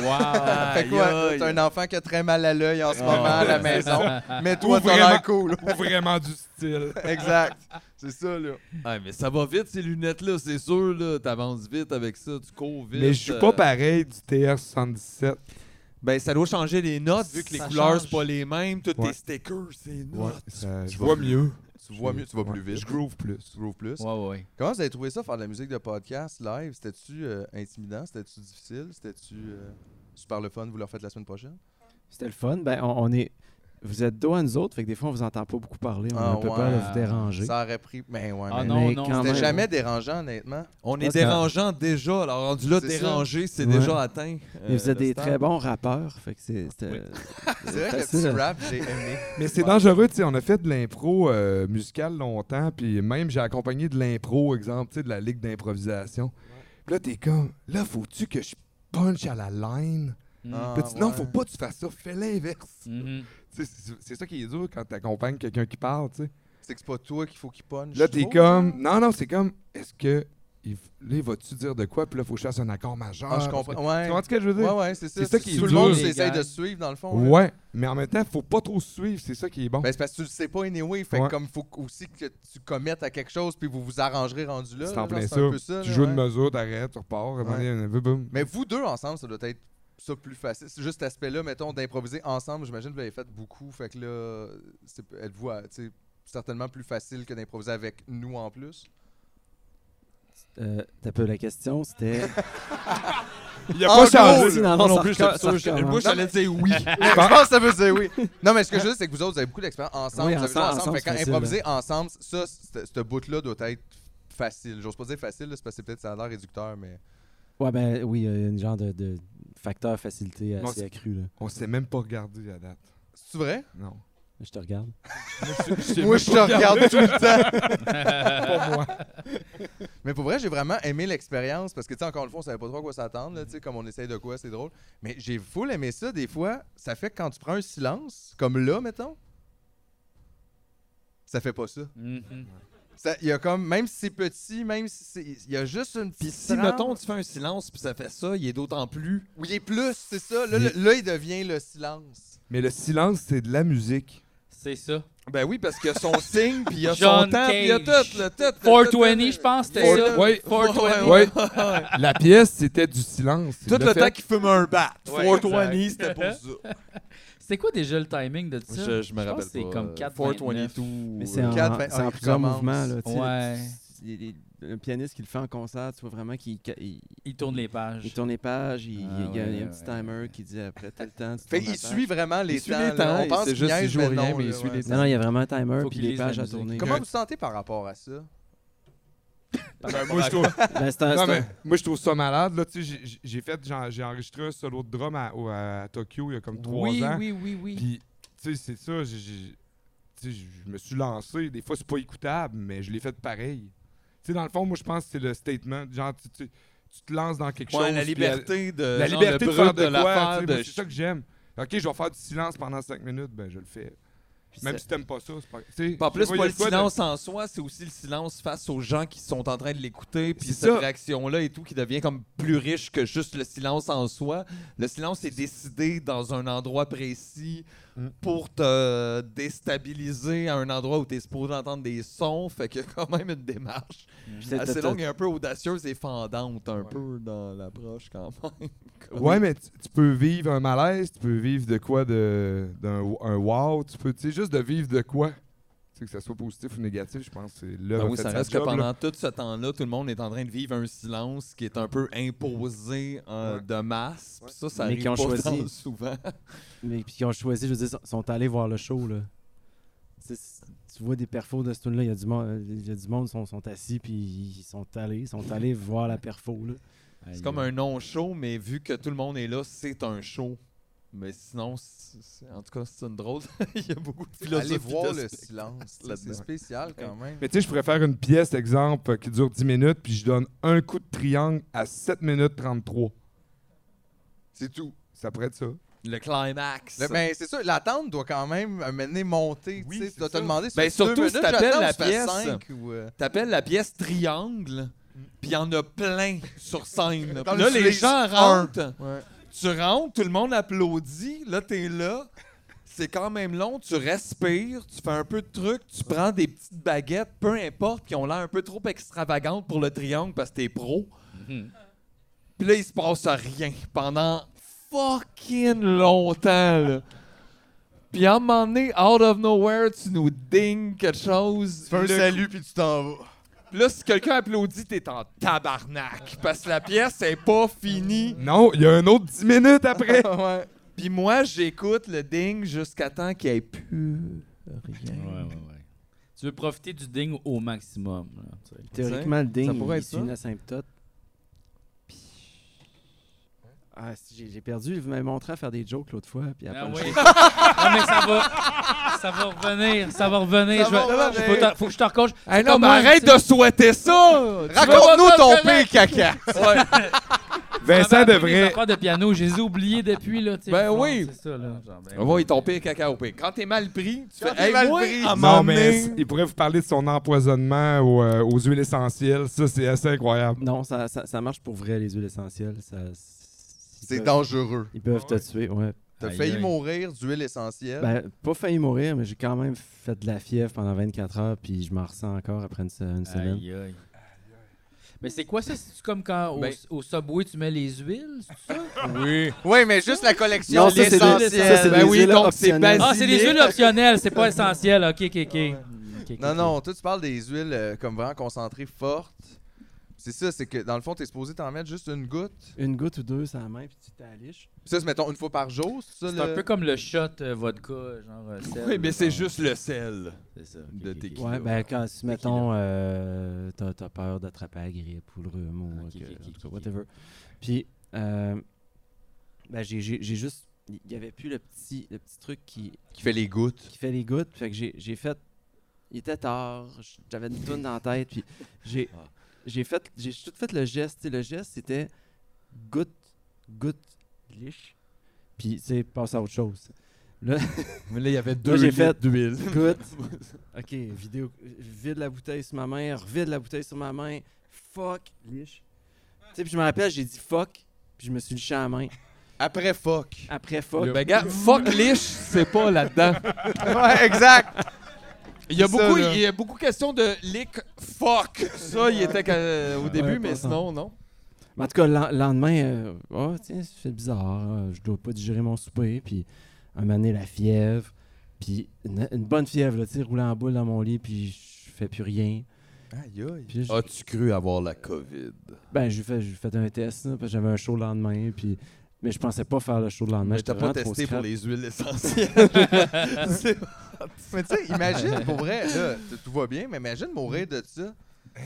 Fait quoi? T'as un enfant qui a très mal à l'œil en ce moment à (laughs) la maison. (laughs) Mais toi, Ah. Ou t'as l'air vraiment. cool. Vraiment du style. (laughs) exact. C'est ça, là. Ouais, mais ça va vite, ces lunettes-là, c'est sûr, là. T'avances vite avec ça, tu cours vite. Mais je joue euh. pas pareil du TR-77. Ben, ça doit changer les notes, vu que les Ça couleurs, change. c'est pas les mêmes. Tous tes Ouais. stickers, c'est Ouais, notes. ça- euh, je vois vais mieux. Tu vois mieux, tu vas Ouais, plus vite. Je groove plus. Tu groove plus. Ouais, ouais. Comment vous avez trouvé ça, faire de la musique de podcast live? C'était-tu euh, intimidant? C'était-tu difficile? C'était-tu euh, super le fun? Vous le refaites la semaine prochaine? C'était le fun. Ben, on, on est. Vous êtes dos à nous autres, fait que des fois, on vous entend pas beaucoup parler. On a Ah, un peu ouais. peur de vous déranger. Ça aurait pris. Mais ouais, Ah mais- non, mais non. quand C'était même. jamais dérangeant, honnêtement. On est Ouais, ça- dérangeant déjà. Alors, rendu là, C'est ça. dérangé, c'est Ouais. déjà atteint. euh, Mais vous êtes des très bons. bons rappeurs, fait que c'est- c'était. C'est vrai que le facile. petit rap, j'ai (laughs) aimé. Mais c'est Ouais. dangereux, tu sais, on a fait de l'impro euh, musicale longtemps, puis même j'ai accompagné de l'impro, exemple, tu sais, de la ligue d'improvisation. Puis là, t'es comme, là, faut-tu que je punch à la line? Ah, Puis tu dis, non, ouais. faut pas que tu fasses ça, fais l'inverse. Mhm. Tu sais, C'est c'est ça qui est dur quand t'accompagnes quelqu'un qui parle, tu sais. C'est que c'est pas toi qu'il faut qu'il punch. Là, t'es Oh. comme, non, non, c'est comme, est-ce que il, là, il va-tu dire de quoi? Puis là, il faut que je fasse un accord majeur. Ah, je comprends. Tu Ouais. comprends ce que je veux dire? Ouais, ouais, c'est ça. C'est ça qui est Tout le dur. monde Les essaye gars. de suivre, dans le fond. là. Ouais. mais en même temps, faut pas trop se suivre, c'est ça qui est bon. Ben, c'est parce que tu le sais pas anyway. Fait que Ouais. comme il faut aussi que tu commettes à quelque chose, puis vous vous arrangerez rendu là. c'est là, en genre, plein c'est ça. un peu ça, tu là, joues ouais. une mesure, t'arrêtes, tu repars. revenez, boum, boum. Mais vous deux ensemble, ça doit être ça plus facile. C'est juste cet aspect-là, mettons, d'improviser ensemble. J'imagine que vous l'avez fait beaucoup. Fait que là, c'est- êtes-vous à- tu sais, certainement plus facile que d'improviser avec nous en plus. Euh, T'as peu la question, c'était. (laughs) Il a En pas gros, changé. là. là. Moi Ah, Non, non ça plus, reco- j'étais sûr. ça j'étais- recommence. Moi, j'allais dire (laughs) oui. je pense que ça veut dire oui. Non, mais ce que je veux dire, c'est que vous autres, vous avez beaucoup d'expérience ensemble. Oui, vous avez joué ensemble, ensemble. ensemble, fait quand c'est hein. improviser ensemble, ça, ce ce bout-là doit être facile. J'ose pas dire facile, là, c'est parce que peut-être ça a l'air réducteur, mais. Ouais, ben oui, il y a une genre de, de facteur facilité Non, assez c'est- accru. Là. On s'est même pas regardé à date. C'est vrai? Non. Je te regarde. Moi, je te regarde tout le temps. pas moi. Mais pour vrai, j'ai vraiment aimé l'expérience parce que, tu sais, encore une fois, on savait pas trop à quoi s'attendre. là, Tu sais, comme on essaye de quoi, c'est drôle. Mais j'ai full aimé ça des fois. Ça fait que quand tu prends un silence, comme là, mettons, ça fait pas ça. Mhm. Ça- Il y a comme, même si c'est petit, même si c'est. Il y a juste une Puis petite. si, trame mettons, tu fais un silence, puis ça fait ça, il est d'autant plus. où il est plus, c'est ça. Là, le- là, il devient le silence. Mais le silence, c'est de la musique. C'est ça. Ben oui, parce qu'il y a (laughs) son signe, puis il y a John son temps, puis il y a tout. Cage. le tout, le tout, 420, le- je pense, c'était Four- ça. ouais. 420. Ouais. La pièce, c'était du silence. Il Tout l'a le fait. temps qu'il fume un bat. Ouais, 420, exact. c'était pour ça. C'était quoi déjà le timing de ça? Je, je me pense rappelle que c'est pas. euh, comme 4, 422. Mais c'est en, Quatre, vingt- c'est ah, en il plusieurs recommence. mouvements. Là, tu sais, Ouais. le- il- il- un pianiste qui le fait en concert, tu vois vraiment qu'il il, Il tourne les pages. il tourne les pages, il, Ah, il y a, ouais, il y a un ouais, petit ouais. timer qui dit après tel temps. tu Fait tournes qu'il la page. suit vraiment les Il suit temps. les là. temps, on et pense c'est qu'il juste, il niaise, joue mais rien, non, mais il là, suit ouais. les Non, non, il y a vraiment un timer Faut puis qu'il les lise la pages à musique. tourner. Comment vous vous sentez par rapport à ça? Ben, moi, je trouve, Ben, c'est un- non, Ah, c'est un- mais moi, je trouve ça malade. Là, tu sais, j'ai- j'ai- j'ai fait, j'ai- j'ai enregistré un solo de drum à, au- à Tokyo il y a comme trois oui, ans. oui, oui, oui. Puis, tu sais, c'est ça. j'ai- j'ai- tu sais, Je me suis lancé. Des fois, c'est pas écoutable, mais je l'ai fait pareil. Tu sais, dans le fond, moi, je pense que c'est le statement. Genre, tu, tu- tu te lances dans quelque chose. Ouais, la puis liberté de. la genre, liberté le de faire brut de, quoi. l'affaire, tu sais, de- moi, C'est ça que j'aime. Ok, je vais faire du silence pendant cinq minutes. Ben, je le fais. puis Même c'est- si t'aimes pas ça, c'est pas. tu sais, Puis En je plus, sais il y pas a le de quoi de- silence en soi, c'est aussi le silence face aux gens qui sont en train de l'écouter, puis C'est cette ça. réaction-là et tout qui devient comme plus riche que juste le silence en soi. Le silence est décidé dans un endroit précis Mm. pour te déstabiliser à un endroit où tu es supposé entendre des sons, fait qu'il y a quand même une démarche puis c'est- assez t'as- ah, longue et un peu audacieuse et fendante un peu dans l'approche quand (laughs) même. Ouais, mais tu tu peux vivre un malaise, tu peux vivre de quoi de d'un un wow, tu peux, tu sais, juste de vivre de quoi. Tu sais, que ça soit positif ou négatif, je pense que c'est là. Ben oui, ça reste que pendant tout ce temps-là, tout le monde est en train de vivre un silence qui est un peu imposé euh, Ouais. de masse. Puis Ça, ça Mais arrive qui ont pas choisi. tant souvent. Mais puis qui ont choisi, je veux dire, sont- sont allés voir le show là. C'est- c'est- Tu vois des perfos de ce tune là, il y a du monde, il y a du monde sont, sont assis puis ils sont allés, ils sont allés voir la perfo là. C'est comme un non-show, mais vu que tout le monde est là, c'est un show. Mais sinon, c'est- c'est- en tout cas, c'est une drôle. (laughs) Il y a beaucoup de philosophie. Allez voir de le spectacle. silence. là, C'est là-dedans. spécial quand même. Mais tu sais, je pourrais faire une pièce, exemple, qui dure 10 minutes, puis je donne un coup de triangle à 7 minutes 33. C'est tout. Ça pourrait être ça. Le climax. Le- ben, c'est ça, l'attente doit quand même euh, mener monter. Oui, tu sais, c'est tu dois te ça. demander si Ben, c'est deux surtout si minutes, t'appelles j'attends, la je fais pièce. cinq ou, euh, T'appelles la pièce triangle, puis il y en a plein sur scène. là. Dans Puis le là, les silence, gens un. rentrent. ouais. Tu rentres, tout le monde applaudit, là t'es là. C'est quand même long, tu respires, tu fais un peu de trucs, tu prends des petites baguettes, peu importe, qui ont l'air un peu trop extravagantes pour le triangle parce que t'es pro. Mhm. Puis là, il se passe rien pendant fucking longtemps, là. Puis à un moment donné, out of nowhere, tu nous dingues quelque chose. Tu fais un Le- salut puis tu t'en vas. Puis Là, si quelqu'un applaudit, t'es en tabarnak. Parce que la pièce est pas finie. Non, il y a un autre 10 minutes après. (laughs) Ouais. Puis moi, j'écoute le ding jusqu'à temps qu'il n'y ait plus rien. Ouais, ouais, ouais. Tu veux profiter du ding au maximum. là, tu sais. Théoriquement, le ding, ça pourrait il être suit ça. une asymptote. Ah, si, j'ai j'ai perdu. Vous m'avez montré à faire des jokes l'autre fois. Puis après, (laughs) Ah le oui. show- non, mais ça va. Ça va revenir. Ça va revenir. Ça je vais- va je revenir. peux t'en- faut que je te recoche. Hey, C'est non, comme mais moi, arrête tu sais. de souhaiter ça! Tu veux Raconte-nous (laughs) pas ton ça, pire caca. correct? Ouais. Avant, Vincent puis mes devrait. affaires de piano, je les ai oubliés depuis, là. tu sais. Ben Non, oui. C'est ça, là. Genre, ben, On va y tomber cacao. pire. Quand t'es mal pris, tu Quand fais t'es hey, mal moi, pris. Non, à m'en mais il pourrait vous parler de son empoisonnement aux, euh, aux huiles essentielles. Ça, c'est assez incroyable. Non, ça, ça, ça marche pour vrai, les huiles essentielles. Ça, C'est dangereux. Ils peuvent te tuer, ouais. T'as Aïe, failli aïe. mourir d'huile essentielle. Ben, pas failli mourir, mais j'ai quand même fait de la fièvre pendant 24 heures, puis je m'en ressens encore après une, se- une semaine. Aïe, aïe. Mais c'est quoi ça? C'est comme quand au, Ben- au Subway, tu mets les huiles? c'est ça? Oui. Oui, mais juste la collection Non, ça, c'est des- ça, c'est d'essentiel. Ben des oui, huiles donc c'est optionnelles. Ah, c'est les basilic. huiles optionnelles, c'est pas essentiel. OK, OK, OK. Ok, Non, ok. non, toi, tu parles des huiles euh, comme vraiment concentrées fortes. C'est ça, c'est que dans le fond, t'es supposé t'en mettre juste une goutte. Une goutte ou deux sur la main, puis tu t'aliches. Ça, c'est mettons une fois par jour, c'est ça? C'est le- un peu comme le shot euh, vodka, genre. euh, sel, Oui, mais genre. c'est juste le sel. C'est ça. de ok, ok, tequila. ok. Ouais, ben, quand, si, mettons, euh, t'as t'as peur d'attraper la grippe ou le rhume ou Ok, ok, que- en tout cas, ok, whatever. Puis, euh, ben, j'ai- j'ai j'ai juste. Il n'y avait plus le petit, le petit truc qui, Qui fait les gouttes. qui fait les gouttes. Fait que j'ai j'ai fait. Il était tard, j- j'avais une toune dans la tête, puis j'ai j'ai fait j'ai tout fait le geste. tu sais, le geste c'était goutte, goutte, liche. Puis tu sais, passe à autre chose. Là, Mais là, il y avait deux Moi, j'ai litres (laughs) fait- d'huile. goutte. (laughs) Ok, vidéo. Vide la bouteille sur ma main, vide la bouteille sur ma main. Fuck, liche. Tu sais, puis je me rappelle, j'ai dit fuck, puis je me suis liché à la main. Après, fuck. Après fuck, Ben, regarde, (laughs) fuck liche, c'est pas là-dedans. ouais, exact. Il y a Ça, beaucoup, là. il y a beaucoup question de lick fuck. Ça, il était qu'à- euh, au début, Ouais, mais pas sinon, non. Mais en tout cas, le le lendemain, euh, Ah, tiens, c'est bizarre, euh, je dois pas digérer mon souper. Puis, un moment donné, la fièvre. Puis, une, une bonne fièvre, là, tu sais, rouler en boule dans mon lit, puis je fais plus rien. Aïe, aïe. Puis, je- As-tu cru avoir la COVID? ben, j'ai fait, j'ai fait un test, là, parce que j'avais un show le lendemain. Puis, mais je pensais pas faire le show le lendemain. Mais t'as j'étais pas vraiment trop testé pour scrap. les huiles essentielles. C'est- (laughs) Mais tu sais, imagine, pour vrai, là, t- tout va bien, mais imagine mourir de ça. Tu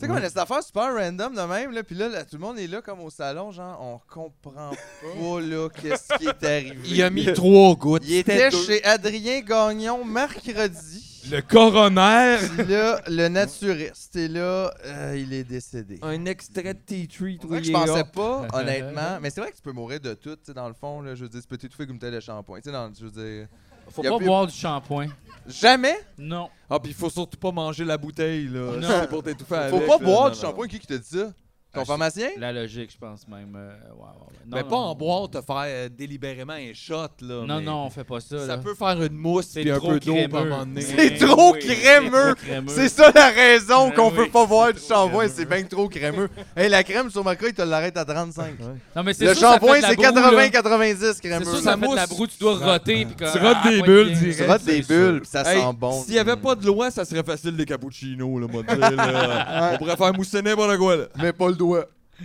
sais, comme une affaire super random de même, là, puis là, là, tout le monde est là comme au salon, genre, on comprend pas, là, qu'est-ce qui est arrivé. il a mis trois gouttes. Il était chez Adrien Gagnon mercredi. Le coroner. Puis là, le naturiste. Et là, euh, il est décédé. Un extrait de tea tree. C'est vrai que je pensais pas, (laughs) honnêtement. Mais c'est vrai que tu peux mourir de tout, tu sais, dans le fond. Là, je veux dire, tu peux t'étouffer comme une telle de shampoing. Tu sais, dans- je veux dire... Faut Y a pas plus- boire du shampoing. Jamais! Non. Ah, puis il faut surtout pas manger la bouteille, là. Non. C'est pour t'étouffer Faut avec. pas là. boire Non, du non, shampoing. Qui qui te dit ça? Ton Ah, je- pharmacien? La logique, je pense même. euh, ouais, ouais, ouais. Non, mais non, pas non. en boire, te faire euh, délibérément un shot, là. Non, mais non, on fait pas ça. Ça là. peut faire une mousse C'est puis un trop peu d'eau crémeux. à un moment donné. Mais (laughs) C'est trop oui, crémeux. c'est trop C'est ça la raison Ben qu'on oui, peut pas boire du trop shampoing, crémeux. c'est bien que trop crémeux. Hey, la crème sur ma croix, il te l'arrête à 35. Non, mais c'est Le sûr, ça fait shampoing, de la c'est broue, là. 80-90 C'est crémeux. sûr, là. ça Ça fait de la mousse. broue, tu dois roter. puis que- Tu rotes ah, des ouais, bulles bien. direct. Tu rates des c'est bulles, puis ça Hey, sent bon. S'il y avait pas de loi, ça serait facile des cappuccinos, là, moi, dire, là. On pourrait faire mousser n'importe quoi, là. Mais pas le doigt.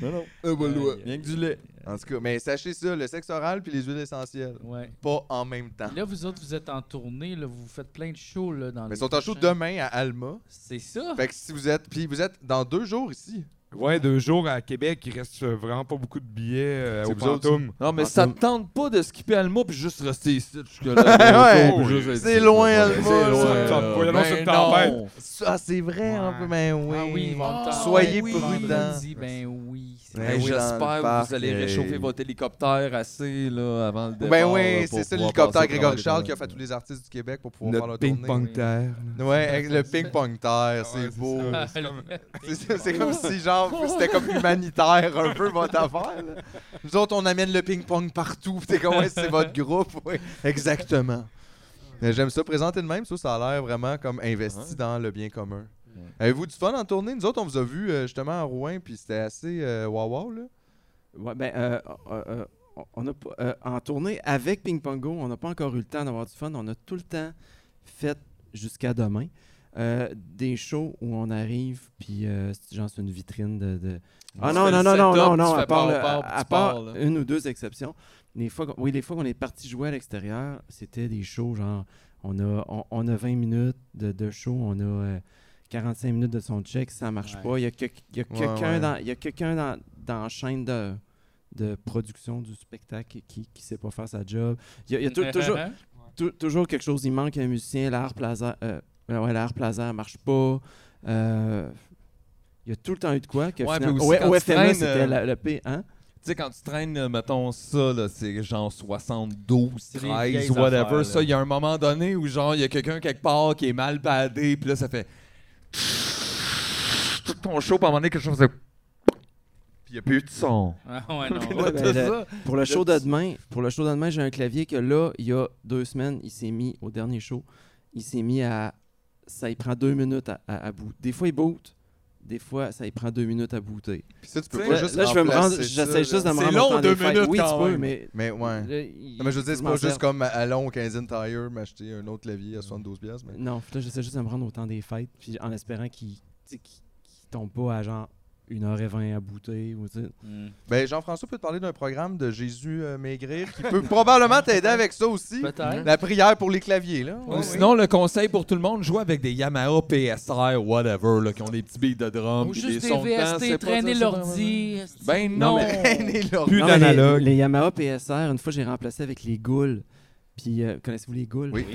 Non, non. Euh, pas le doigt. Rien que du lait. En tout cas, mais sachez ça, le sexe oral puis les huiles essentielles. Ouais. Pas en même temps. Là, vous autres, vous êtes en tournée, là, vous faites plein de shows là, dans Mais les ils sont en show prochains- demain à Alma. C'est ça. Ben Fait que si vous êtes. Puis vous êtes dans deux jours ici. Ouais, deux jours à Québec, il reste euh, vraiment pas beaucoup de billets euh, C'est au vous autres, Phantom. Non, mais En ça tout- te tente pas de skipper Alma puis juste rester ici jusque-là. Ouais. puis juste être C'est ici. loin, Alma, C'est loin. là. Ça te voit, là, Ben sur le tempête. non. Ah, c'est vrai, un peu, ben oui. Ah oui, ils vont me tendre. Soyez oui, prudents. vendredi, Ben oui. c'est (laughs) Ben vrai. Hey, oui, dans le J'espère que parc, vous allez hey. réchauffer votre hélicoptère assez là, avant le départ. Ben là, oui, pour c'est ça pouvoir l'hélicoptère passer Grégory au Charles travers qui a des- fait tous les artistes du Québec pour pouvoir Notre faire leur tournée. ping-pong terre. Ouais, avec le ping-pong terre, c'est beau. C'est- C'est c'est comme si, genre, c'était comme humanitaire un peu votre affaire. là. Nous autres, on amène le ping-pong partout. pis T'es comme, ouais, c'est votre groupe. Ouais, exactement. Mais j'aime ça présenter de même. Ça, ça a l'air vraiment comme investi dans le bien commun. Avez-vous du fun en tournée? Nous autres, on vous a vu euh, justement à Rouen, puis c'était assez euh, wow wow, là. Ouais, ben, euh, euh, euh, on a, pas- euh, en tournée avec Ping Pong Go, on n'a pas encore eu le temps d'avoir du fun. On a tout le temps fait jusqu'à demain euh, des shows où on arrive, puis euh, c'est genre c'est une vitrine de. de- Ah Tu non, fais non, le non, non, setup, non, tu non, fais à part, part, le- part, à- à tu pars, part là. une ou deux exceptions. Les fois qu'on- oui, les fois qu'on est parti jouer à l'extérieur, c'était des shows genre on a, on, on a 20 minutes de, de show, on a euh, 45 minutes de son check, ça marche Ouais. pas. Il y a, que- il y a Ouais, quelqu'un ouais. dans, il y a quelqu'un dans, dans la chaîne de, de production du spectacle qui ne sait pas faire sa job. Il y a, il y a tou- (laughs) toujours, tou- toujours quelque chose, il manque un musicien, l'art plaza, euh, ouais, l'art plaza marche pas. Euh, il y a tout le temps eu de quoi que Ouais, finalement- puis aussi Ouais, quand tu OFME, traînes, c'était euh, la- le P, hein? sais, quand tu traînes, euh, mettons, ça, là, c'est genre 72, C'est des 13, vieilles whatever. affaires, là. ça, il y a un moment donné où, genre, il y a quelqu'un quelque part qui est mal badé, puis là, ça fait. Tout ton show, puis à un moment donné, quelque chose de. Puis il n'y a plus de son. Ah ouais, non. (laughs) Ouais, ben, C'est le- ça. Pour le show de demain, pour le show de demain, j'ai un clavier que là, il y a deux semaines, il s'est mis au dernier show. Il s'est mis à. Ça il prend deux minutes à, à- à boot. Des fois, il boot. Des fois, ça il prend deux minutes à booter. Puis ça, tu peux Tu pas Là, juste. là, je vais me remplacer rendre. ça, J'essaie juste de là. me C'est rendre. au long, temps deux des fêtes. minutes Oui, quand tu peux, même. mais. Mais ouais. là, il- Non, mais je veux dire, c'est m'en pas juste sers. comme allons au Canadian Tire, m'acheter un autre clavier à 72$. piastres, Mais... Non, là, j'essaie juste de me rendre au temps des fêtes, puis en espérant qu'il tu sais, qu'il- qu'il tombe pas à genre 1h20 à bouter. Ou, tu sais. Hmm. Ben, Jean-François peut te parler d'un programme de Jésus euh, Maigrir qui peut (laughs) probablement t'aider avec ça aussi. Peut-être. Ben, La prière pour les claviers, là. Ou sinon, le conseil pour tout le monde, jouer avec des Yamaha PSR, whatever, là, qui ont des petits beats de drum, Ou puis juste des des sons de temps, c'est VST, pas traîner ça, c'est l'ordi. vraiment- Ben non! Et là, Plus Non, mais les- d'analogue. Les, Yamaha PSR, une fois, j'ai remplacé avec les goules. Puis, euh, connaissez-vous les goules? Oui.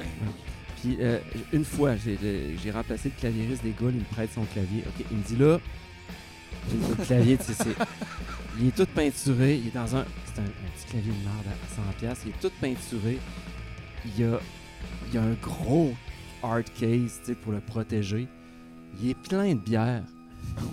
Puis, euh, une fois, j'ai le- j'ai remplacé le clavieriste des goules, il me prête son clavier. OK, il me dit là, j'ai le clavier, tu sais, c'est- il est tout peinturé, il est dans un. C'est un, un petit clavier de merde à 100$, piastres, il est tout peinturé. Il y a, il y a un gros hard case, tu sais, pour le protéger. Il est plein de bière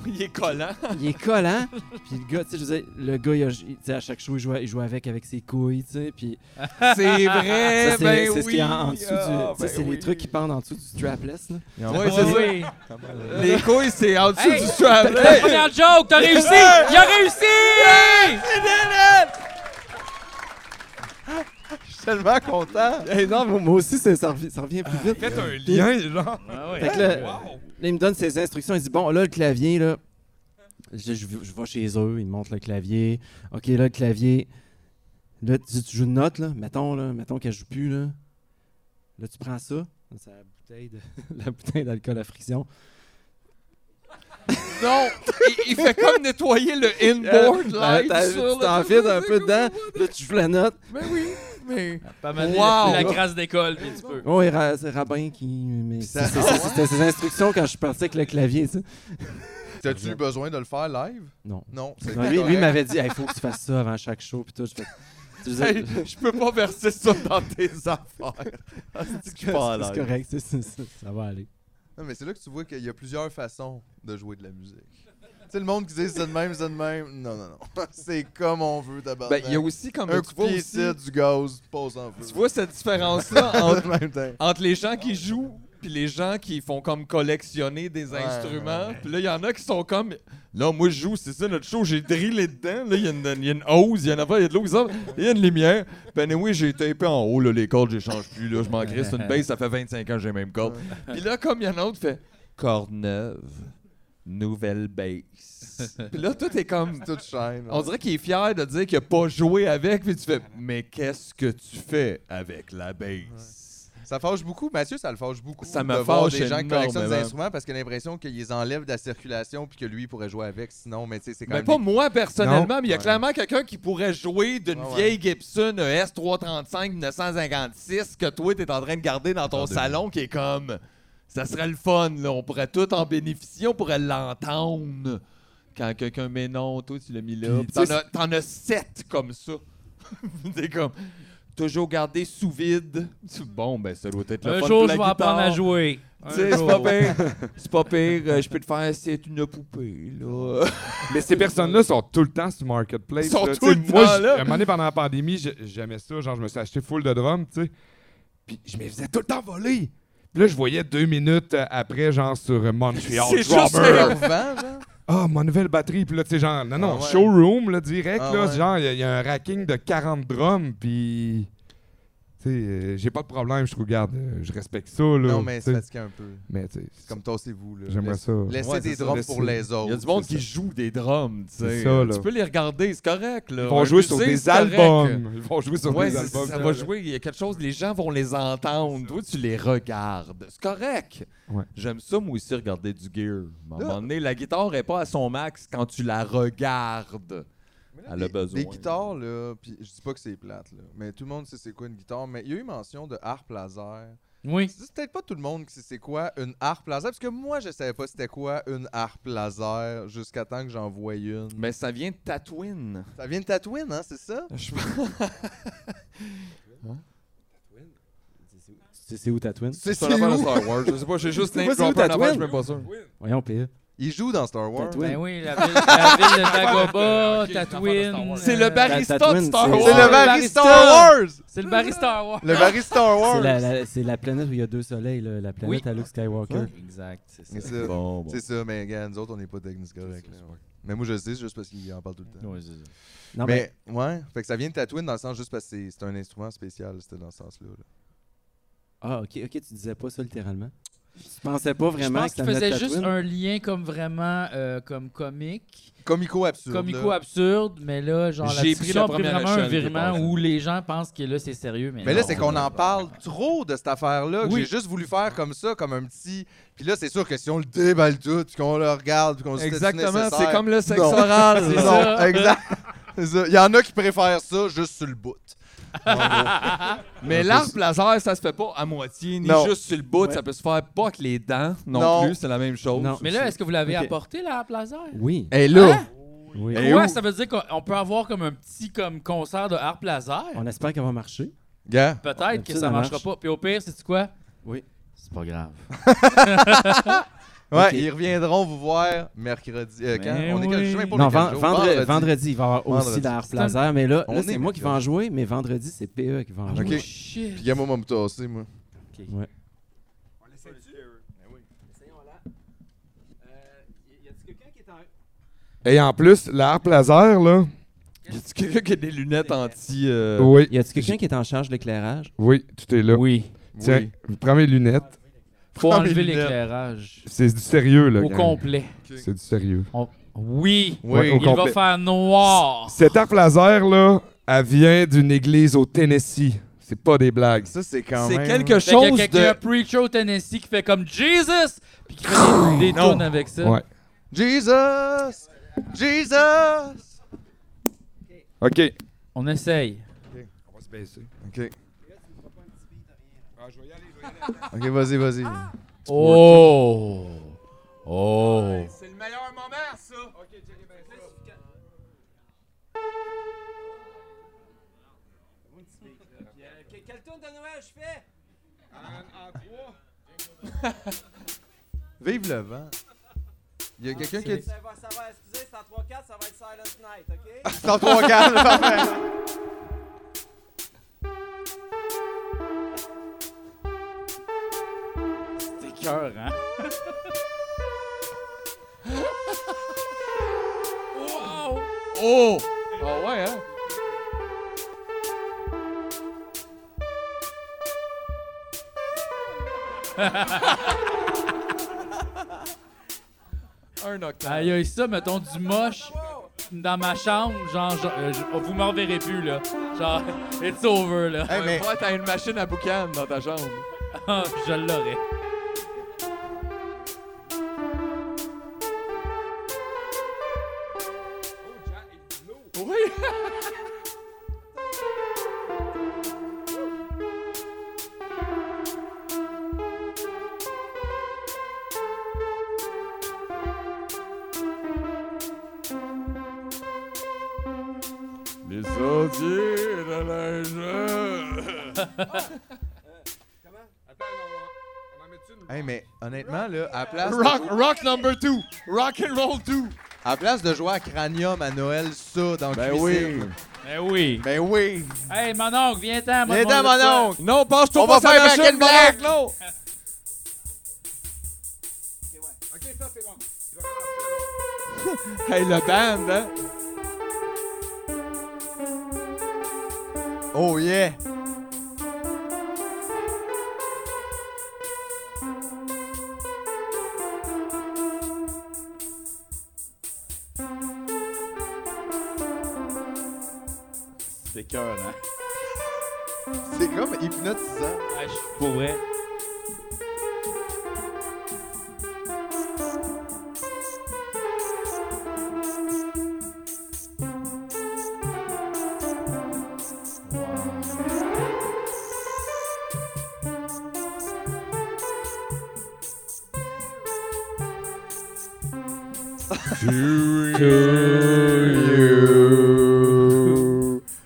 Il est collant. (laughs) il est collant. Puis le gars, tu sais, je veux dire, le gars, il a- il- tu sais, à chaque show, il joue, il joue avec avec ses couilles, tu sais. Puis C'est Ça, vrai, c'est ben c'est ce qui est en, en oui. dessous Ah, du. tu sais, ben c'est oui. les trucs qui pendent en dessous du strapless, là. Ouais, Oui, c'est ça. oui. Les couilles, c'est en dessous Hey! du strap. La première joke, t'as réussi! Il a réussi! je suis tellement (laughs) content. Eh non, moi- moi aussi, c'est- ça, revient, ça revient plus vite. Faites un lien, genre. Ah ouais. Fait que là, là, il me donne ses instructions. Il dit Bon, là, le clavier, là. Je, je, je vais chez eux, ils me montrent le clavier. Ok, là, le clavier. Là, tu, tu joues une note, là. Mettons, là. Mettons qu'elle joue plus, là. Là, tu prends ça. C'est la bouteille de- (laughs) la bouteille d'alcool à friction. Non, il- il fait comme nettoyer le inboard Euh, T'as- light Ah, t'as- sur le- Tu t'enfiles un peu dedans, là tu joues la note. Ben oui, mais Pas mal Wow! la, la crasse d'école, puis tu peux. Oh, et Ra- c'est Rabin qui. mais Ça- c'est- c'est- c'est- C'était ses instructions quand je partais avec le clavier, ça. T'as-tu besoin de le faire live? Non. Non. c'est Non, lui, lui correct. (laughs) m'avait dit, il faut que tu fasses ça avant chaque show, puis tout. Je fais- Tu sais, Hey, je peux pas verser ça dans tes affaires. Ah, c'est que je suis pas à C'est l'aise. correct, c'est- c'est- c'est- ça va aller. Non, mais c'est là que tu vois qu'il y a plusieurs façons de jouer de la musique. Tu sais, le monde qui dit c'est de même, c'est de même. Non, non, non. (laughs) c'est comme on veut, d'abord. Ben, il y a aussi comme un tu coup de vois pied aussi- ici, du gaz, pose en feu. Tu vois cette (laughs) différence-là entre, En même temps. entre les gens qui jouent puis les gens qui font comme collectionner des Ouais, instruments. Puis là, il y en a qui sont comme... Là, moi, je joue, c'est ça, notre show, j'ai drillé dedans. Là, il y, a une- il y a une hose, il y en a pas, il y a de l'eau, ils sortent, il y a une lumière. Ben oui, j'ai tapé en haut, là, les cordes, je les change plus. Là, je m'en crisse une base, ça fait 25 ans que j'ai les mêmes cordes. Puis là, comme il y en a un autre qui fait... Corde neuve, (laughs) nouvelle base. Puis là, tout est comme... Toute chaîne. On dirait qu'il est fier de dire qu'il a pas joué avec, puis tu fais Mais qu'est-ce que tu fais avec la bass Ça fâche beaucoup, Mathieu, ça le fâche beaucoup. Ça me de voir fâche des gens qui collectionnent des énormément. instruments parce qu'il a l'impression qu'ils les enlèvent de la circulation puis que lui pourrait jouer avec. Sinon, mais tu sais, c'est quand Mais même. Ben, pas des- moi personnellement, mais il y a Ouais. clairement quelqu'un qui pourrait jouer d'une Ouais, ouais. vieille Gibson S335 1956 que toi t'es en train de garder dans ton En deux salon qui est comme ça serait le fun, là. on pourrait tout en bénéficier, on pourrait l'entendre. Quand quelqu'un met non, toi tu l'as mis là. Puis Puis, T'en tu sais, as- t'en as sept comme ça. (laughs) T'es comme toujours gardé sous vide. Bon, ben ça doit être le Un fun jour, pour je la vais apprendre à guitare. jouer. Un Tu sais, C'est jour. pas pire. C'est pas pire. Euh, Je peux te faire c'est une poupée, là. Mais ces personnes-là sont tout le temps sur Marketplace. Ils sont là, tout tu sais, le moi, temps j'- là. À un moment donné, pendant la pandémie, j'ai- j'aimais ça. Genre, je me suis acheté full de drums, tu sais. Puis je me faisais tout le temps voler. Puis là, je voyais deux minutes euh, après, genre, sur euh, Montreal C'est juste Drummer. Leur vent, genre. Ah, ma nouvelle batterie. Puis là, tu sais, genre, non, non, Ah ouais. showroom, là, direct, Ah là. ouais. Genre, il y a- il y, a un racking de 40 drums, puis. Tu sais, euh, j'ai pas de problème, je trouve, regarde, euh, je respecte ça, là. Non, mais tu sais. c'est fatigué un peu. Mais, tu sais, C'est Comme tossez-vous, là. j'aimerais Laisse- ça. Laissez Ouais, des c'est ça, drums laissez- pour les autres. Il y a du monde c'est qui ça. joue des drums, tu sais. C'est ça, là. Tu peux les regarder, c'est correct, là. Ils Un vont jouer sur musée, des c'est correct. albums. Ils vont jouer sur Ouais, des c'est- albums. ça va jouer, il y a quelque chose, les gens vont les entendre. Toi, tu les regardes. C'est correct. Ouais. J'aime ça, moi aussi, regarder du gear. À un moment donné, la guitare est pas à son max quand tu la regardes. Mais là, Elle a des- besoin. Des guitares, là, puis je dis pas que c'est plate, là, mais tout le monde sait c'est quoi une guitare, mais il y a eu mention de harpe laser, Oui. C'est peut-être pas tout le monde qui sait c'est quoi une harpe laser, parce que moi, je savais pas c'était quoi une harpe laser jusqu'à temps que j'en voie une. Mais ça vient de Tatooine. Ça vient de Tatooine, hein, c'est ça? Je C'est c'est où Tatooine? C'est C'est ça. un affaire de Star Wars. Je sais pas, j'ai juste C'est name quoi, c'est où dropper un affaire, je Tatooine? suis même pas sûr. Voyons, E. P.E. Il joue dans Star Wars. Tatooine. Ben oui, la ville, la ville de Dagobah, Ok, c'est Star Tatooine. Wars. C'est le euh, barista de Tatooine, Star c'est- Wars. C'est le Barry barista. Star Wars! C'est le barista Star Wars. Le Barry Star Wars! C'est la, la- c'est la planète où il y a deux soleils, là, la planète à Luke Skywalker. Exact, c'est C'est ça. ça. Bon, bon. C'est ça, mais gars, nous autres, on n'est pas techniques corrects. là, ouais. Mais moi, je le sais, c'est juste parce qu'il en parle tout le temps. Ouais, c'est ça. Non, mais mais, ouais, fait que ça vient de Tatooine dans le sens juste parce que c'est- c'est un instrument spécial, c'était dans ce sens-là. là. Ah, ok, ok, tu disais pas ça littéralement. Tu pensais pas Je vraiment pense que qu'il ça venait de faisait juste Tatooine? un lien comme vraiment euh, comme comique, Comico absurde. comico là. absurde, mais là genre la J'ai pris discussion la a pris première vraiment un échelle, virement dépasse. où les gens pensent que là c'est sérieux, mais Mais là, non. c'est qu'on en parle trop de cette affaire-là. que Oui. J'ai juste voulu faire comme ça, comme un petit. Puis là, c'est sûr que si on le déballe tout, puis qu'on le regarde, puis qu'on se dit Exactement, nécessaire- c'est comme le sexe Non. oral. C'est Non, ça. exact. (laughs) C'est ça. Il y en a qui préfèrent ça juste sur le (laughs) bout. Mais l'arbre laser, ça se fait pas à moitié, ni Non. juste sur le bout. Ouais. Ça peut se faire pas avec les dents non, Non. plus, c'est la même chose. Non. Mais là, est-ce que vous l'avez Ok. apporté la harpe laser? Oui, Et là, Hein? oui. Et Ouais, où? ça veut dire qu'on on peut avoir comme un petit comme concert de harpe laser. On espère qu'elle va marcher. gars, Peut-être que Ça, ça ça marchera marche. pas. Puis au pire, c'est quoi? Oui. C'est pas grave. ouais, Ok. ils reviendront vous voir mercredi. euh, quand Mais on est quel- je sais oui. même pas Non, lequel ven- jour. vendredi, vendredi, il va y avoir aussi Vendredi. de harpe C'est un- laser, mais là, On là, est c'est moi qui vais en jouer, mais vendredi, c'est PE qui va en Ok. jouer. Oh, Shit. Puis Gamma m'a me tassé, moi. Ouais. Et en plus, la harpe laser, là. Y a-tu quelqu'un qui a des lunettes anti. euh, Oui, Y a-t-il quelqu'un qui est en charge de l'éclairage? oui, tout est là. Oui. Tiens, prends mes lunettes. Faut Ah, enlever mais l'éclairage. C'est du sérieux, là. Au gang. complet. C'est du sérieux. On- Oui. Oui. au Il va complet. faire noir. Cette harpe laser, là, elle vient d'une église au Tennessee. C'est pas des blagues. Ça, c'est quand C'est même. quelque Fait qu'il y a chose quelqu'un, de. un preacher au Tennessee, qui fait comme Jesus! Puis qui fait des, des Non. tunes avec ça. Ouais. Jesus! Jesus! OK. On essaye. On va se baisser. Ok. Ah, Ok, vas-y, vas-y. Oh! Oh! C'est le meilleur moment, ça. OK, Quel tour de Noël je fais? Vive le vent. Il y a quelqu'un qui a dit. Ah, Ça va, ça va, excusez, c'est en 3-4, ça va être Silent Night, (laughs) OK? Dans trois quarts, parfait. C'est cœur, hein? Oh! Ah ouais, hein? (laughs) Un octave. Aïe, aïe, ça, mettons du moche dans ma chambre, genre, genre, euh, je- vous m'en verrez plus, là. Genre, (laughs) it's over, là. (laughs) Hey, mais Ouais, t'as une machine à boucan dans ta jambe. Ah, je l'aurais. Oui! Les sentiers de la jeune. Hey, mais honnêtement, là, à place, Rock, rock number two! Rock and roll two! à place de jouer à Cranium à Noël, ça, dans Ben cuisine. oui. Ben oui. Ben oui! Hey, mon oncle, viens-t'en, mon Viens-t'en, mon oncle. Non, pense-toi On va pas ça faire machine, Back and Black. mon oncle, non! (laughs) Hey, le band, hein? Oh yeah! C'est cœur, hein? C'est comme hypnotisant. Ah, je pour vrai.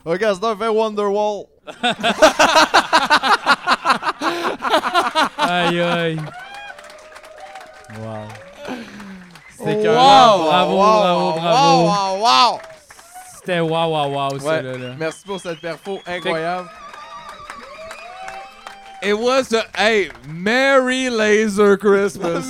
Un gazdeur fait Wonderwall. Aïe, aïe. Wow. C'est que. Oh, Wow, bravo, bravo, wow, wow, bravo. wow, wow, wow. C'était wow, wow, wow, Ouais. celui-là. Merci pour cette perfo incroyable. It was a. Hey, Merry Laser Christmas.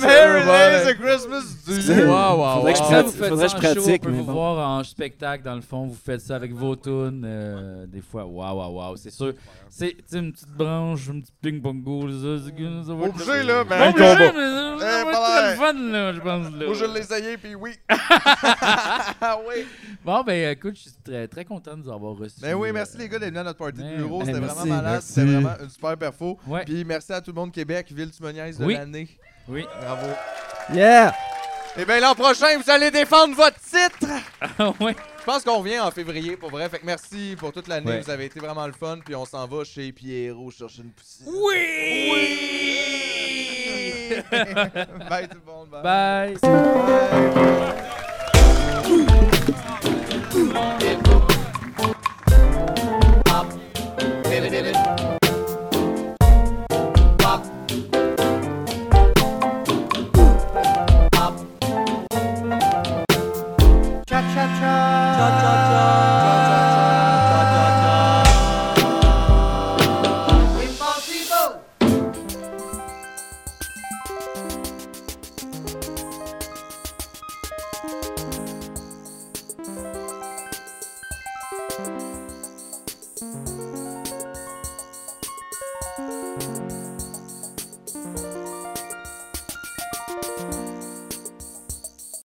(laughs) Merry everybody. Days of Christmas to you. Excusez. Wow, (laughs) wow, Faudrait que je Ah wow. Ça, prati- vous faites faudrait ça que en je show, pratique, on peut mais vous bon. voir en spectacle, dans le fond. Vous faites ça avec vos tunes. euh, des fois, wow, wow, wow. C'est sûr. C'est tu sais, une petite branche, un petit ping-pong-go. Obligé, là, mais- Ben, Un obligé, combat. mais ça va Eh, être pas très l'air. fun, là, je pense. là. Moi, je l'ai essayé, puis (laughs) oui. (laughs) Ah oui. Bon, ben, écoute, je suis très, très content de vous avoir reçu. Ben oui, merci les gars d'être venus à notre party Ben, de bureau. ben, C'était merci. vraiment malade. Merci. C'était vraiment une super perfo. Ouais. Puis merci à tout le monde Québec, Ville Tumoniaise de Oui. l'année. Oui. (laughs) Bravo. Yeah! Et bien l'an prochain, vous allez défendre votre titre. Ah, ouais. Je pense qu'on revient en février pour vrai. Fait que merci pour toute l'année. Ouais. Vous avez été vraiment le fun. Puis on s'en va chez Pierrot chercher une poussine. Oui! (laughs) bye tout le monde. Bye. Bye! Impossible.